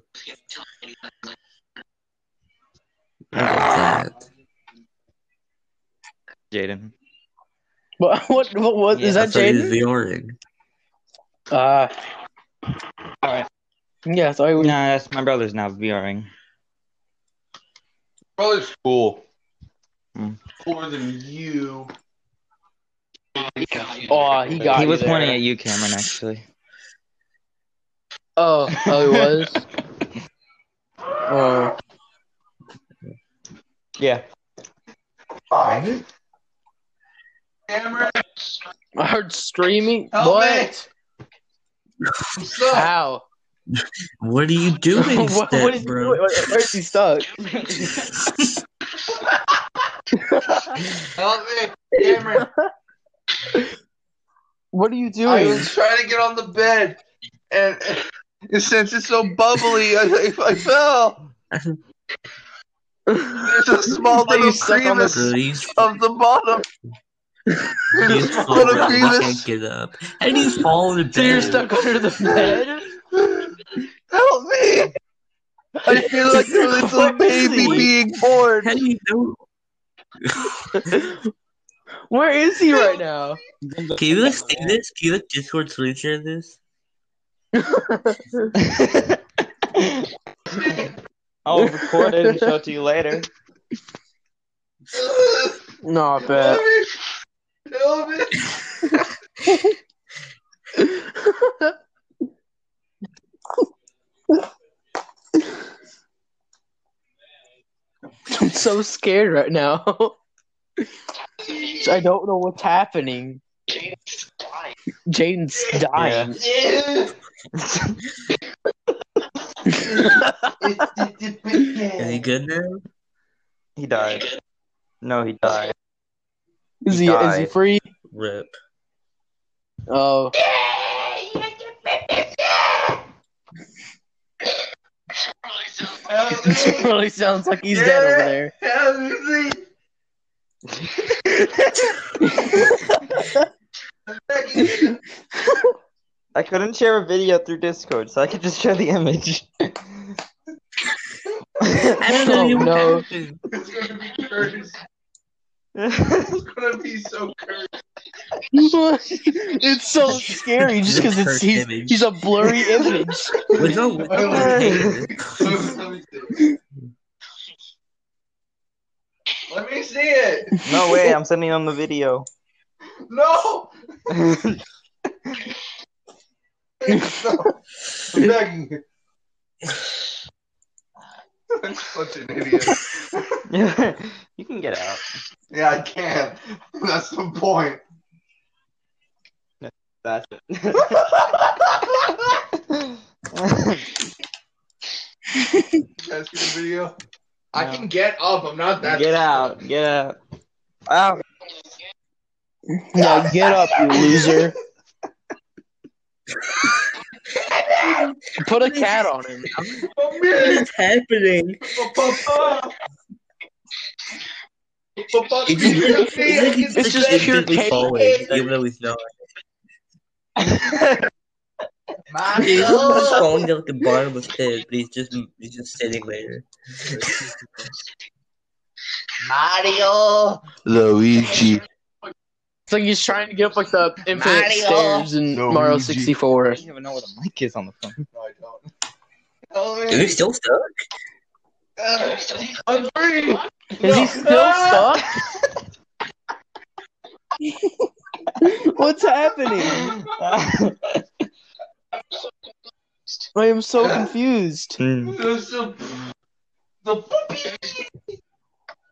Uh, I like that. Jaden. What? What? What? what is Yeah, that That's why he's Jaden? VRing. Ah. All right. yeah. I thought he Nah, was. that's my brother's now VRing. Brother's cool. Hmm. Cooler than you. Aw, oh, he got he you was there. pointing at you, Cameron. Actually. Oh, oh, he was. oh. Yeah. Cameron, I heard screaming. Help Oh, me. what? what's up? How? What are you doing, what, what is Step, he bro? doing? Where is he stuck? Help me. Cameron, What are you I doing? was trying to get on the bed, and, and since it's so bubbly, I, I, I fell. There's a small Are you little stuck on the- crevice Bro, you just of the bottom. you There's just a fall little down. You can't crevice. get up. How do you fall in the bed? So you're stuck under the bed? Help me! I feel like a little What is baby he? being born. How do you know? Where is he right now? Can you like sing this? Can you like Discord screen share this? I'll record it and show it to you later. No, I bet. Help me! I'm so scared right now. I don't know what's happening. Jaden's dying. Is he good now? He died. No, he died. Is He he, is he died. free? Rip. Oh. It really sounds like he's dead over there. I couldn't share a video through Discord, so I could just share the image. I don't know Oh, you no. happened. It's gonna be cursed. It's gonna be so cursed. it's so scary just because it's he's, he's a blurry image. Look how look how my hair is. Let me see it. Let me see it. no way, I'm sending him the video. No. no. I'm begging you. I'm such an idiot. you can get out. Yeah, I can't. That's the point. That's That's the video. I No. can get up. I'm not that. get out. Get out. Ow. Now get up, you loser. Put a cat on him. What Mommy, is happening? papa. Papa, It's just, look at me, it's I like can he's It's just just pure infinitely chaos. falling, even though he's not. He's just Mom, falling down like the bottom of the pit, but he's just he's just sitting there. Mario, Luigi. It's like he's trying to get up like the infinite Mario. stairs in No, Mario Luigi. 64. don't even know what a mic is on the phone. No, I don't. Help Is he me. still stuck? Uh, I'm free. Is he still stuck? Ah! What's happening? I am so confused. Hmm. There's the the puppy.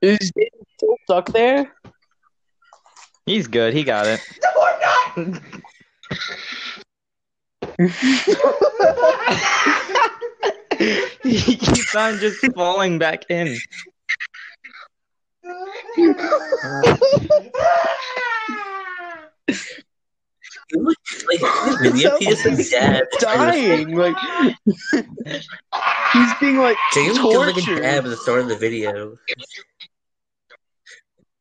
Is Dave still stuck there? He's good. He got it. No, I'm not. he keeps on just falling back in. He look like the video, he just says dad. Dying. Like he's being like James did like a tortured. dab at the start of the video.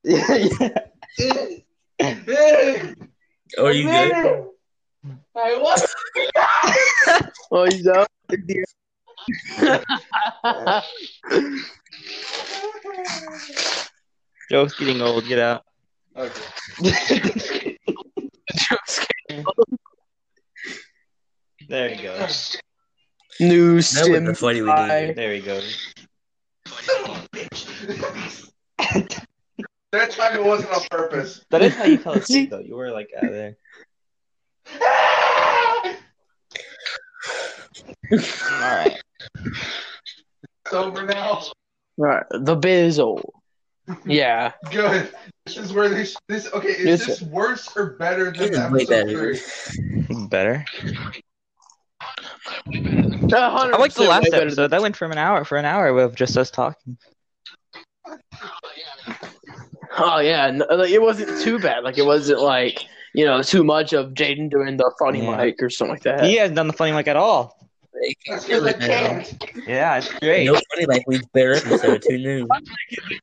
yeah, yeah. Oh, are you good? I was. oh, he's out. Joke's getting old. Get out. There he goes. New That was the stim. funny we Bye. needed. There he goes. That time it wasn't on purpose. That is how you fell asleep, though. You were like out of there. All right. It's over now. Right, the bizzle. Yeah. Good. This is where they. This okay. Is Yes, this worse or better This than is way episode better. three? Better. I I like the last episode. That went from an hour for an hour with just us talking. Oh yeah, no, like, it wasn't too bad. Like it wasn't like you know too much of Jaden doing the funny Yeah. mic or something like that. He hasn't done the funny mic at all. Like, That's really because I bad. can't. Yeah, it's great. No funny like we better episode. Who knew?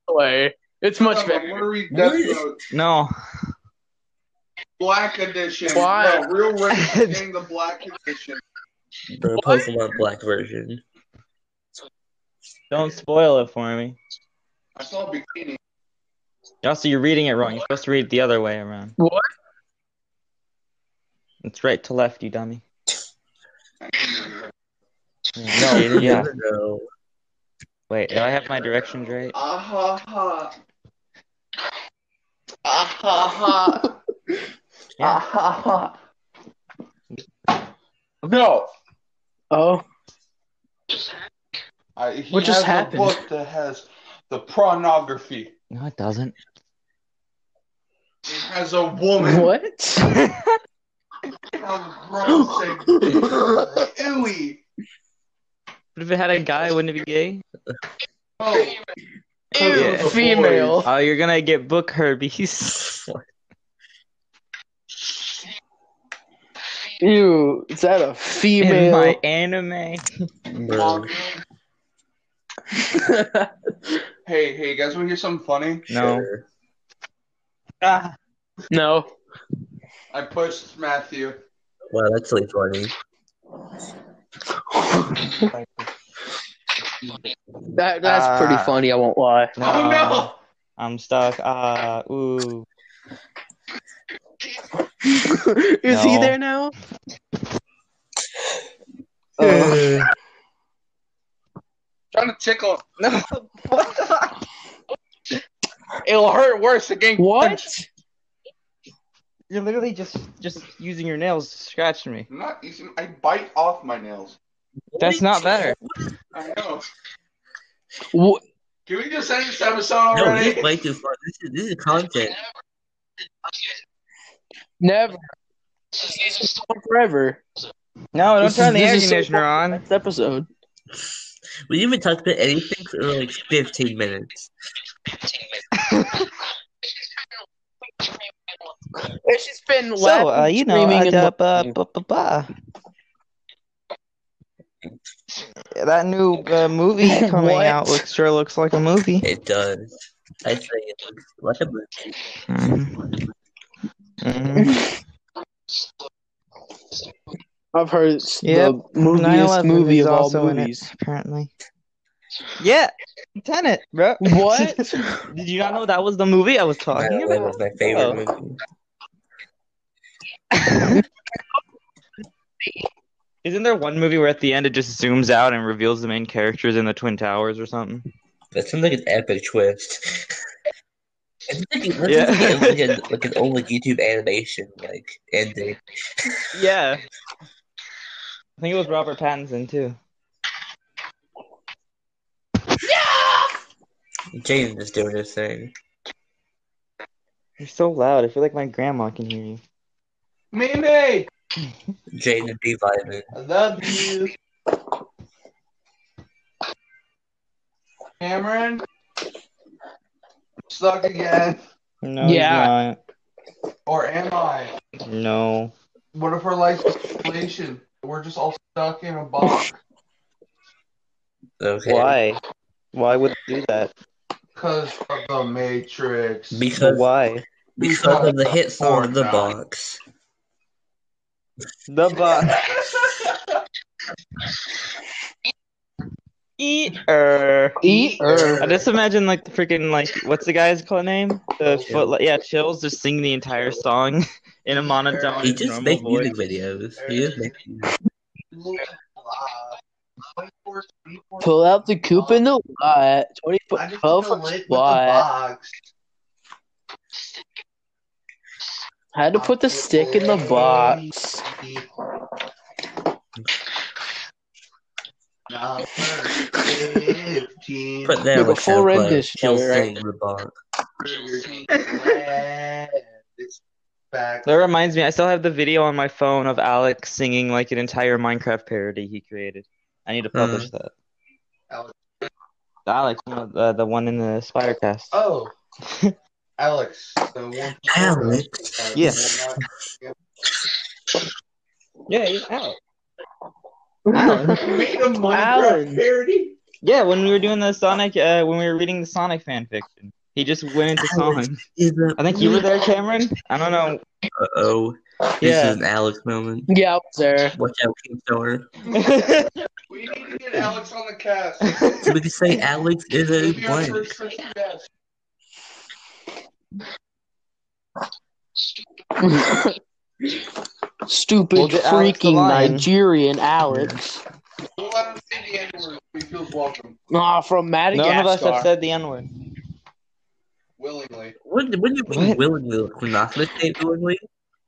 Like, it's much Um, better. I'm gonna read Death What? Note, No. Black Edition. Why? No, real Rick in the Black Edition. The Pokemon Black version. Don't spoil it for me. I saw a bikini. Also, you're reading it wrong. You're supposed to read it the other way around. What? It's right to left, you dummy. No, You didn't yeah. know. Wait, do I have my directions right? Ah ha ha. Ah ha ha. Ah ha ha. No. Oh, I, he What just has happened? A book that has the pornography. No, it doesn't. It has a woman. what? I was grown say, "Ewy." But if it had a guy, wouldn't it be gay? Oh, Ew, Yeah. female. Oh, you're gonna get book herpes. Ew, is that a in female? my anime. Bro. hey, hey, you guys, want to hear something funny? No. Sure. Ah, no. I pushed Matthew. Wow, that's really funny. That that's pretty Ah. funny. I won't lie. oh no! I'm stuck. Ah, ooh. is he No. there now? Trying to tickle. No. It'll hurt worse again. What? You're literally just just using your nails to scratch me. I'm not easy. I bite off my nails. That's not better. I know. Wha- Can we just end this episode No, already? this is way too far. This is, this is content. Never. Forever. No, Oh, don't This turn is- the air this is so conditioner on. Next episode. We didn't even talk about anything for like 15 minutes. It's just been So, uh, you know, screaming, uh, and da, ba, laughing. ba, ba, ba. that new uh, movie coming What? out looks, sure looks like a movie. It does. I say it looks like a movie. Mhm. Mhm. I've heard it's Yep. the moviest 9/11 movie is of all also in it. movies. Apparently. Yeah, Tenet, bro. What? Did you not know that was the movie I was talking 9/11 about? was my favorite Oh. movie. Isn't there one movie where at the end it just zooms out and reveals the main characters in the Twin Towers or something? That sounds like an epic twist. It's like, it's Yeah. like, an, like an old like, YouTube animation like ending. Yeah. I think it was Robert Pattinson too. James is doing his thing. You're so loud. I feel like my grandma can hear you. Mimi, Jaden be vibing. I love you. Cameron, stuck again, No, Yeah. or am I? he's not. No. What if our life's a simulation? We're just all stuck in a box Okay. Why? Why would they do that? because of the Matrix. But Because why? because of the hit song of the box. The box. Eat her. Eat I just imagine like the freaking like what's the guy's called name? The Chills. foot yeah, chills just sing the entire song in a monotone. He just normal make voice. music videos. He just make music. Pull out the coupe in the lot. 20 foot, 12 foot lot. Had to put the stick in the box. Number 15. Put Make that a like full SoundCloud. rendition He'll of it, right? sing the box. It's back. That reminds me, I still have the video on my phone of Alex singing like an entire Minecraft parody he created. I Hmm. need to publish that. Alex. Alex, you know, the, the one in the Spidercast. Oh, Alex. The one Alex. Yeah. Yeah, he's Alex. Made a Alex. Minecraft parody. Yeah, when we were doing the Sonic, uh, when we were reading the Sonic fan fiction, he just went into Alex. song. Is a- I think you were there, Cameron. I don't know. Uh-oh. This Yeah. is an Alex moment. Yeah, I was there. Watch out, King Star. We need to get Alex on the cast. So we can say Alex is a Maybe our blank. first person guest. Stupid We'll get Alex the freaking lion. Nigerian Alex. We'll let him say the N word. He feels welcome. Ah, from Madagascar. None of us have said the N word. Willingly. What, what do you mean What? willingly? Like, we're not going to say willingly?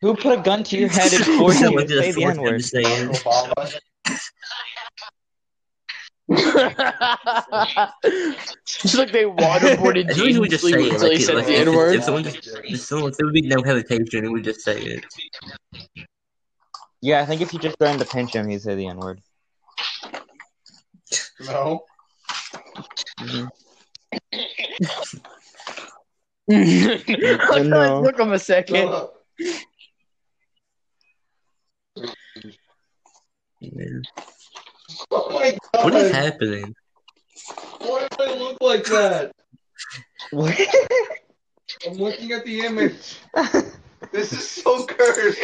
Who put a gun to your head and forced you Someone to say the just N forced him to word? say it. Obama. Just like they waterboarded I think we just James Lee until say it. Like, he it said like, the if, N word. if someone just, if someone, there would be no hesitation, we just say it. Yeah, I think if you just threatened to pinch him, he'd say the N word. No. Hold No. on, Look him a second. Philip. Oh my god. What is happening? Why do I look like that? What? I'm looking at the image. This is so cursed.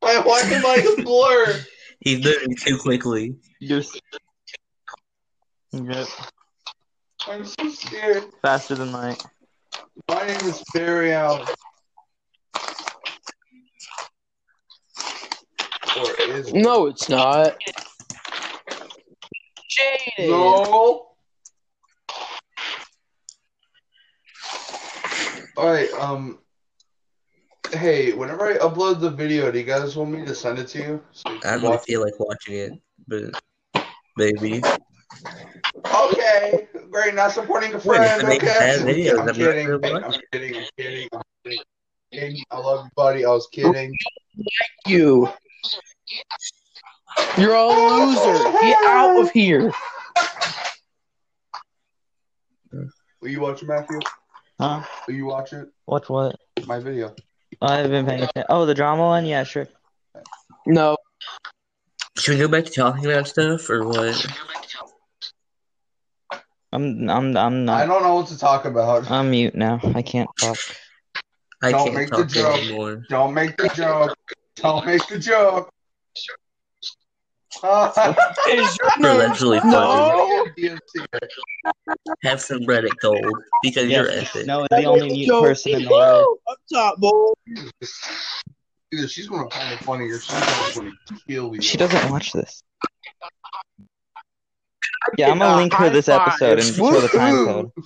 Why, why am I a blur? He's moving too quickly. You're s- Yep, I'm so scared. faster than light. My name is Barry Allen. Or is it? No, it's not. Jaden. No. Alright, um. Hey, whenever I upload the video, do you guys want me to send it to you? So you I can don't watch feel like watching it, but maybe. Okay, great. Not supporting a Wait, friend. I make okay, bad videos, I'm I'm kidding. not gonna I'm kidding. I'm kidding. I'm kidding. I love you, buddy. I was kidding. You. You're a loser. Get out of here. Will you watch it, Matthew? Huh? Will you watch it? What? What? My video. I haven't been paying attention. Oh, the drama one? Yeah, sure. No. Should we go back to talking about stuff or what? I'm, I'm, I'm I not. don't know what to talk about. I'm mute now. I can't talk. I Don't can't make the talk joke. anymore. Don't make the joke. Don't make the joke. Is your Bro, name that's really funny. No. Have some Reddit gold because Yes. you're epic. No, the only mute person in the world. Woo! Up top, boy. Either she's gonna find it funny or she's gonna kill you. She doesn't watch this. Yeah, I'm gonna link her this High five. episode and show the time code.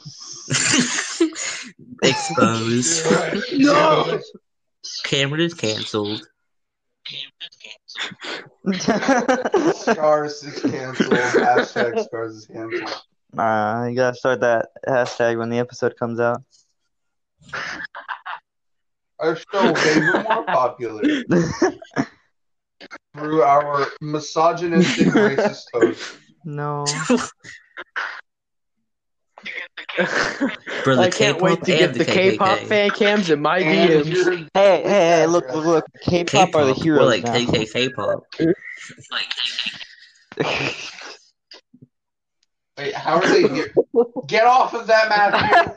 Exposed. No. Cameron is canceled. Scars is canceled. Hashtag Scars is canceled. Uh, you gotta start that hashtag when the episode comes out. Our show way more popular through our misogynistic, racist host. no. For the I can't wait K-pop to and get the KKK. K-pop fan cams in my And DMs. you're- Hey, hey, hey, look, look, look. K-pop, are the K-pop, heroes More like now. KKK pop. Wait, how are they here? Get off of that, Matthew.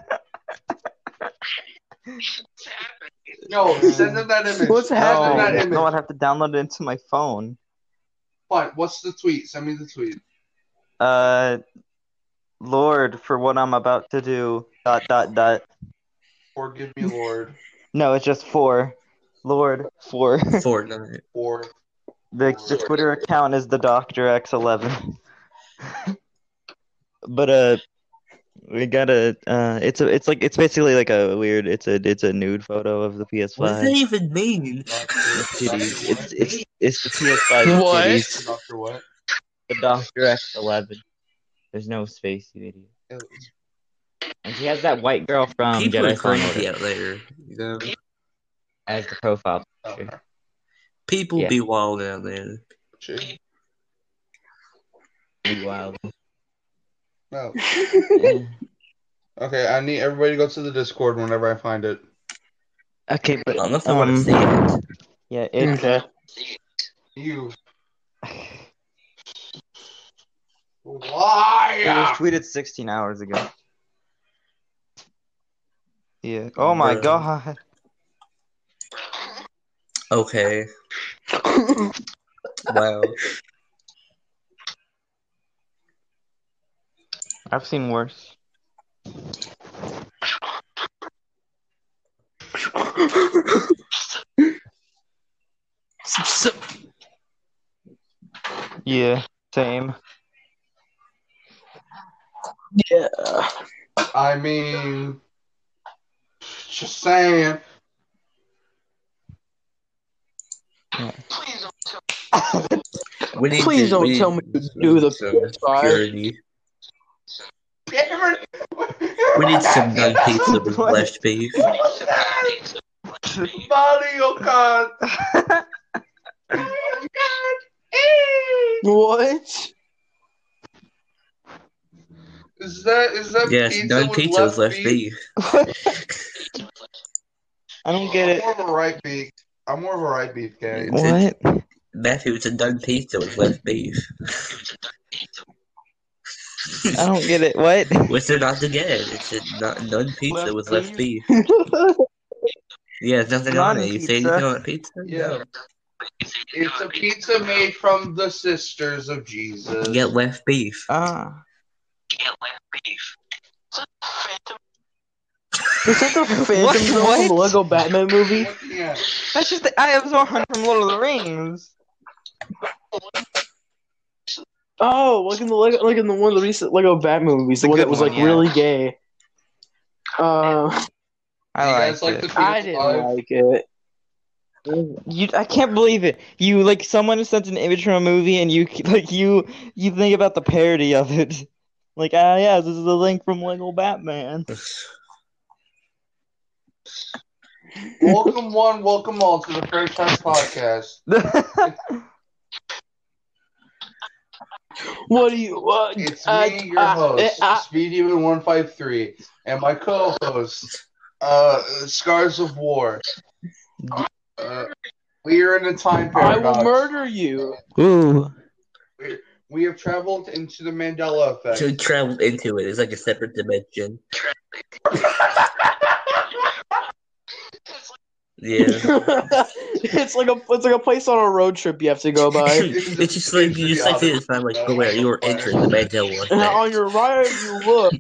No, send them that image. Oh, What's send happening? them that No, image. no, I'd have to download it into my phone. Fine, What's the tweet? Send me the tweet. Uh, Lord, for what I'm about to do. Dot dot dot. Forgive me, Lord, No, it's just four. Lord four. Fortnite. for the, the Twitter account is the Doctor X eleven. but uh, we gotta. Uh, it's a. It's like it's basically like a weird. It's a. It's a nude photo of the PS What does that Five. even mean? Titties. Doctor It's it's it's the PS Five What? titties. Doctor what? The Doctor X eleven. There's no space, you idiot. And she has that white girl from People are Um, Jedi Fallen crazy Order out there. You know? as the profile. Okay. People Yeah. be wild out there. Shit. Meanwhile, No. Eh. Okay, I need everybody to go to the Discord whenever I find it. okay, I but don't know if I want to Um, see it. yeah, it's Okay. You It was liar! tweeted 16 hours ago. Yeah. Oh my Bruh. god. Okay. Wow. I've seen worse. Yeah. Same. yeah. I mean, just saying. We need Please to, don't we tell need me to some- do the some PS5. purity. Damn it. We need some gun pizza with What? flesh beef. What's that? Mario Kart. Mario Kart. Eh. Mm. What? Is that is that Yes, pizza gun with pizza with left, flesh beak? beef. I don't get it. I'm more of a right beak. I'm more of a right beef guy. It's a, What? Matthew, it's a done pizza with left beef. I don't get it. What? Which they're not to get. It's a not, done pizza Left with left beef. Yeah, there's nothing None on it. You say pizza. anything on that pizza? Yeah. It's a pizza made from the sisters of Jesus. You get left beef. Ah. Is that the Phantom Girl What? from the What? Lego Batman movie? What the heck? That's just the Eye of Zohan from Lord of the Rings. Oh, look in the Lego, look in the one of the recent Lego Batman movies, the, The one that good was one, like yeah. really gay. Uh, I you like guys like the it. PS5? I didn't like it. You, I can't believe it. You like someone sent an image from a movie, and you like you you think about the parody of it. Like, ah, yeah, this is a link from Lego Batman. welcome one, welcome all to the First Time Podcast. What do you? Uh, It's uh, me, your uh, host, uh, Speedy Demon One Five Three, and my co-host, uh, Scars of War. Uh, we are in a time I paradox. will murder you. Ooh. We have traveled into the Mandela To effect. travel into it, it's like a separate dimension. Yeah. it's like a it's like a place on a road trip you have to go by. it's just like you just like to find like where you were entering the Mandela And on effect. your right, you look.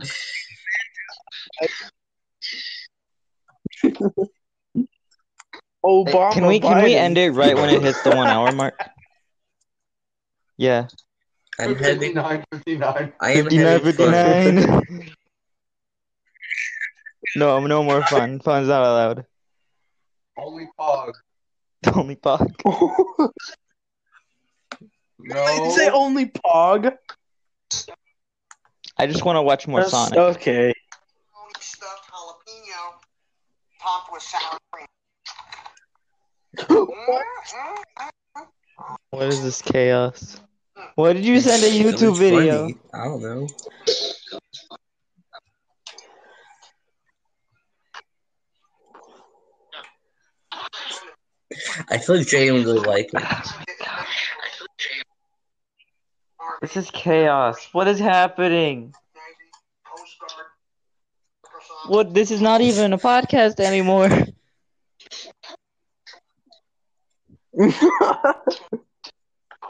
Obama. Can we can we end it right when it hits the one hour mark? Yeah. I'm having nine fifty nine. I am Fifty nine having fifty fun. nine. No, no more fun. Fun's not allowed. Only Pog. Only fuck. Biden? No. Did you say only Pog? I just want to watch more That's- Sonic. Okay. stuffed jalapeno topped with sour cream. Mm-mm. What is this chaos? Why did you send a YouTube video? Funny. I don't know. I feel like Jaden would like it. This is chaos. What is happening? What? This is not even a podcast anymore.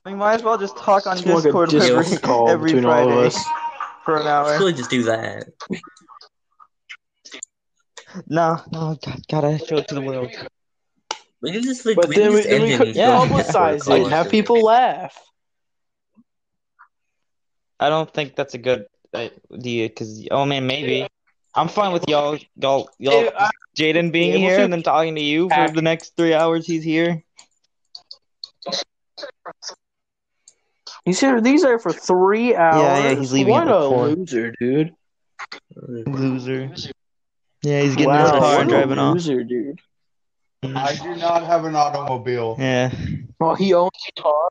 We might as well just talk on It's more like a Discord Discord every, call every between all of Friday us. for an I hour. should just do that. No, no, God, God, I show it to the world. We can just like, But we then can we, just then end we it could in Yeah. Discord publicize it call. and have people laugh. I don't think that's a good uh, idea because oh man, maybe I'm fine with y'all, y'all, y'all. If I- Jaden being Yeah, we'll here see- and then talking to you for the next three hours he's here. You see, these are for three hours. Yeah, yeah, he's leaving What at like a four. loser, dude. Loser. Yeah, he's getting in his wow, car what and a driving off. loser, dude. I do not have an automobile. Yeah, Well, he owns a car.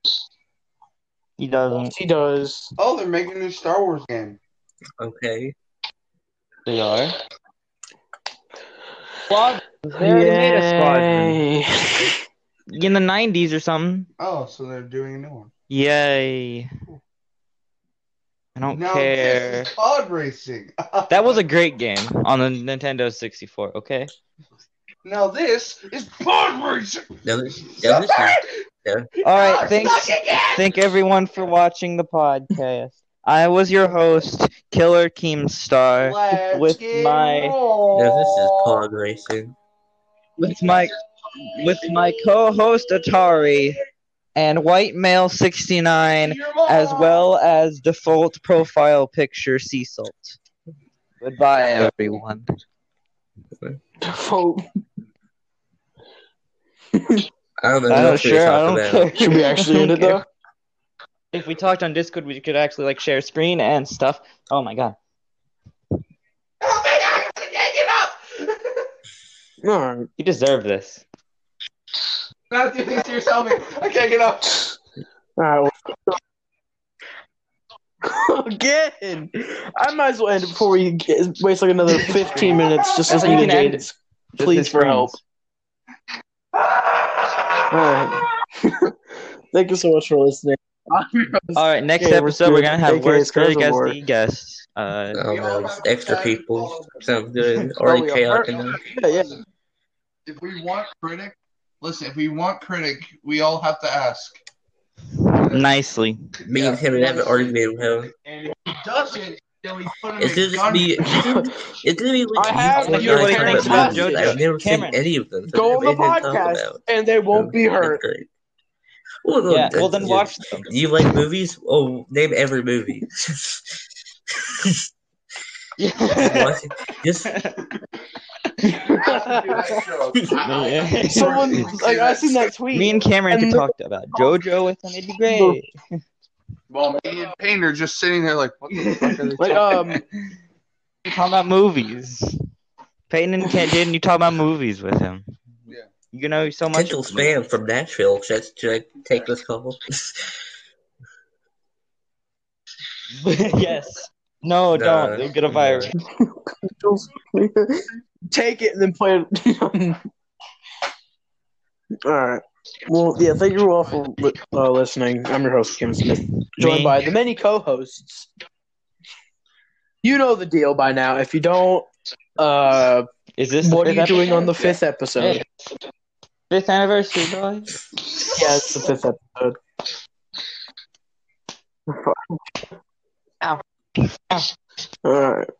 he doesn't. He does. Oh, they're making a new Star Wars game. Okay. They are. Squad. They already made a squadron Yay. in the '90s or something. Oh, so they're doing a new one. Yay. I don't now care. this is pod racing. That was a great game on the Nintendo 64, okay? now this is pod racing. That was, that was just- All right, No, thanks. suck again! Thank everyone for watching the podcast. I was your host, Killer Keemstar, Let's with get my- that was just roll. pod racing. with my with my co-host Atari and White Male 69, Your mom. as well as default profile picture Sea Salt. Goodbye, everyone. Vote. I don't know. I what don't else we sure. I talked don't about. care. Should we I actually don't end it care. though? If we talked on Discord, we could actually like share screen and stuff. Oh my god. Oh my God, I can't get up. All right. You deserve this. Matthew, please do something. I can't get up. All right. Again, I might as well end it before we get, waste like another fifteen minutes just listening to You can end Jaden's pleas for help. All right. Thank you so much for listening. I'm your host, All right, next Okay, we're episode we're good. gonna have AKA worst Scars critic of as War. the guest. Uh, I don't know. It's extra people. Sounds good. Oh, Already we are- chaotic enough. Yeah, yeah. Listen, If we want critic, listen. If we want critic, we all have to ask. Uh, nicely. Me and him have an argument with him. And if he doesn't, then we put him It's in gonna just gun. be. It's gonna be I like have you wanna two hear what guys he talking thinks about about movies. JoJo. I've never Cameron, seen any of them. So Go on there's the anything to talk podcast, about. and they won't be That's hurt. great. Well, no, Yeah, well that's then just- watch them. Do you like movies? Oh, name every movie. Yeah. Watch it. Just Someone like I seen that tweet. Me and Cameron And could the- talk about JoJo with them. It'd be great. Well, me and Payne are just sitting there like, what the fuck are they like talking um You talk about movies. Peyton and Ken did you talk about movies with him. Yeah. You know so much. potential spam from Nashville. Should I, should I take this call? yes. No, Nah, don't. You'll get a nah. virus. take it and then play it. all right. Well, yeah. Thank you all for li- uh, listening. I'm your host Kim Smith, joined Me. by the many co-hosts. You know the deal by now. If you don't, uh, Is this the what are fifth you episode? doing on the fifth episode? Hey. Fifth anniversary, guys. Yeah, it's the fifth episode. All right.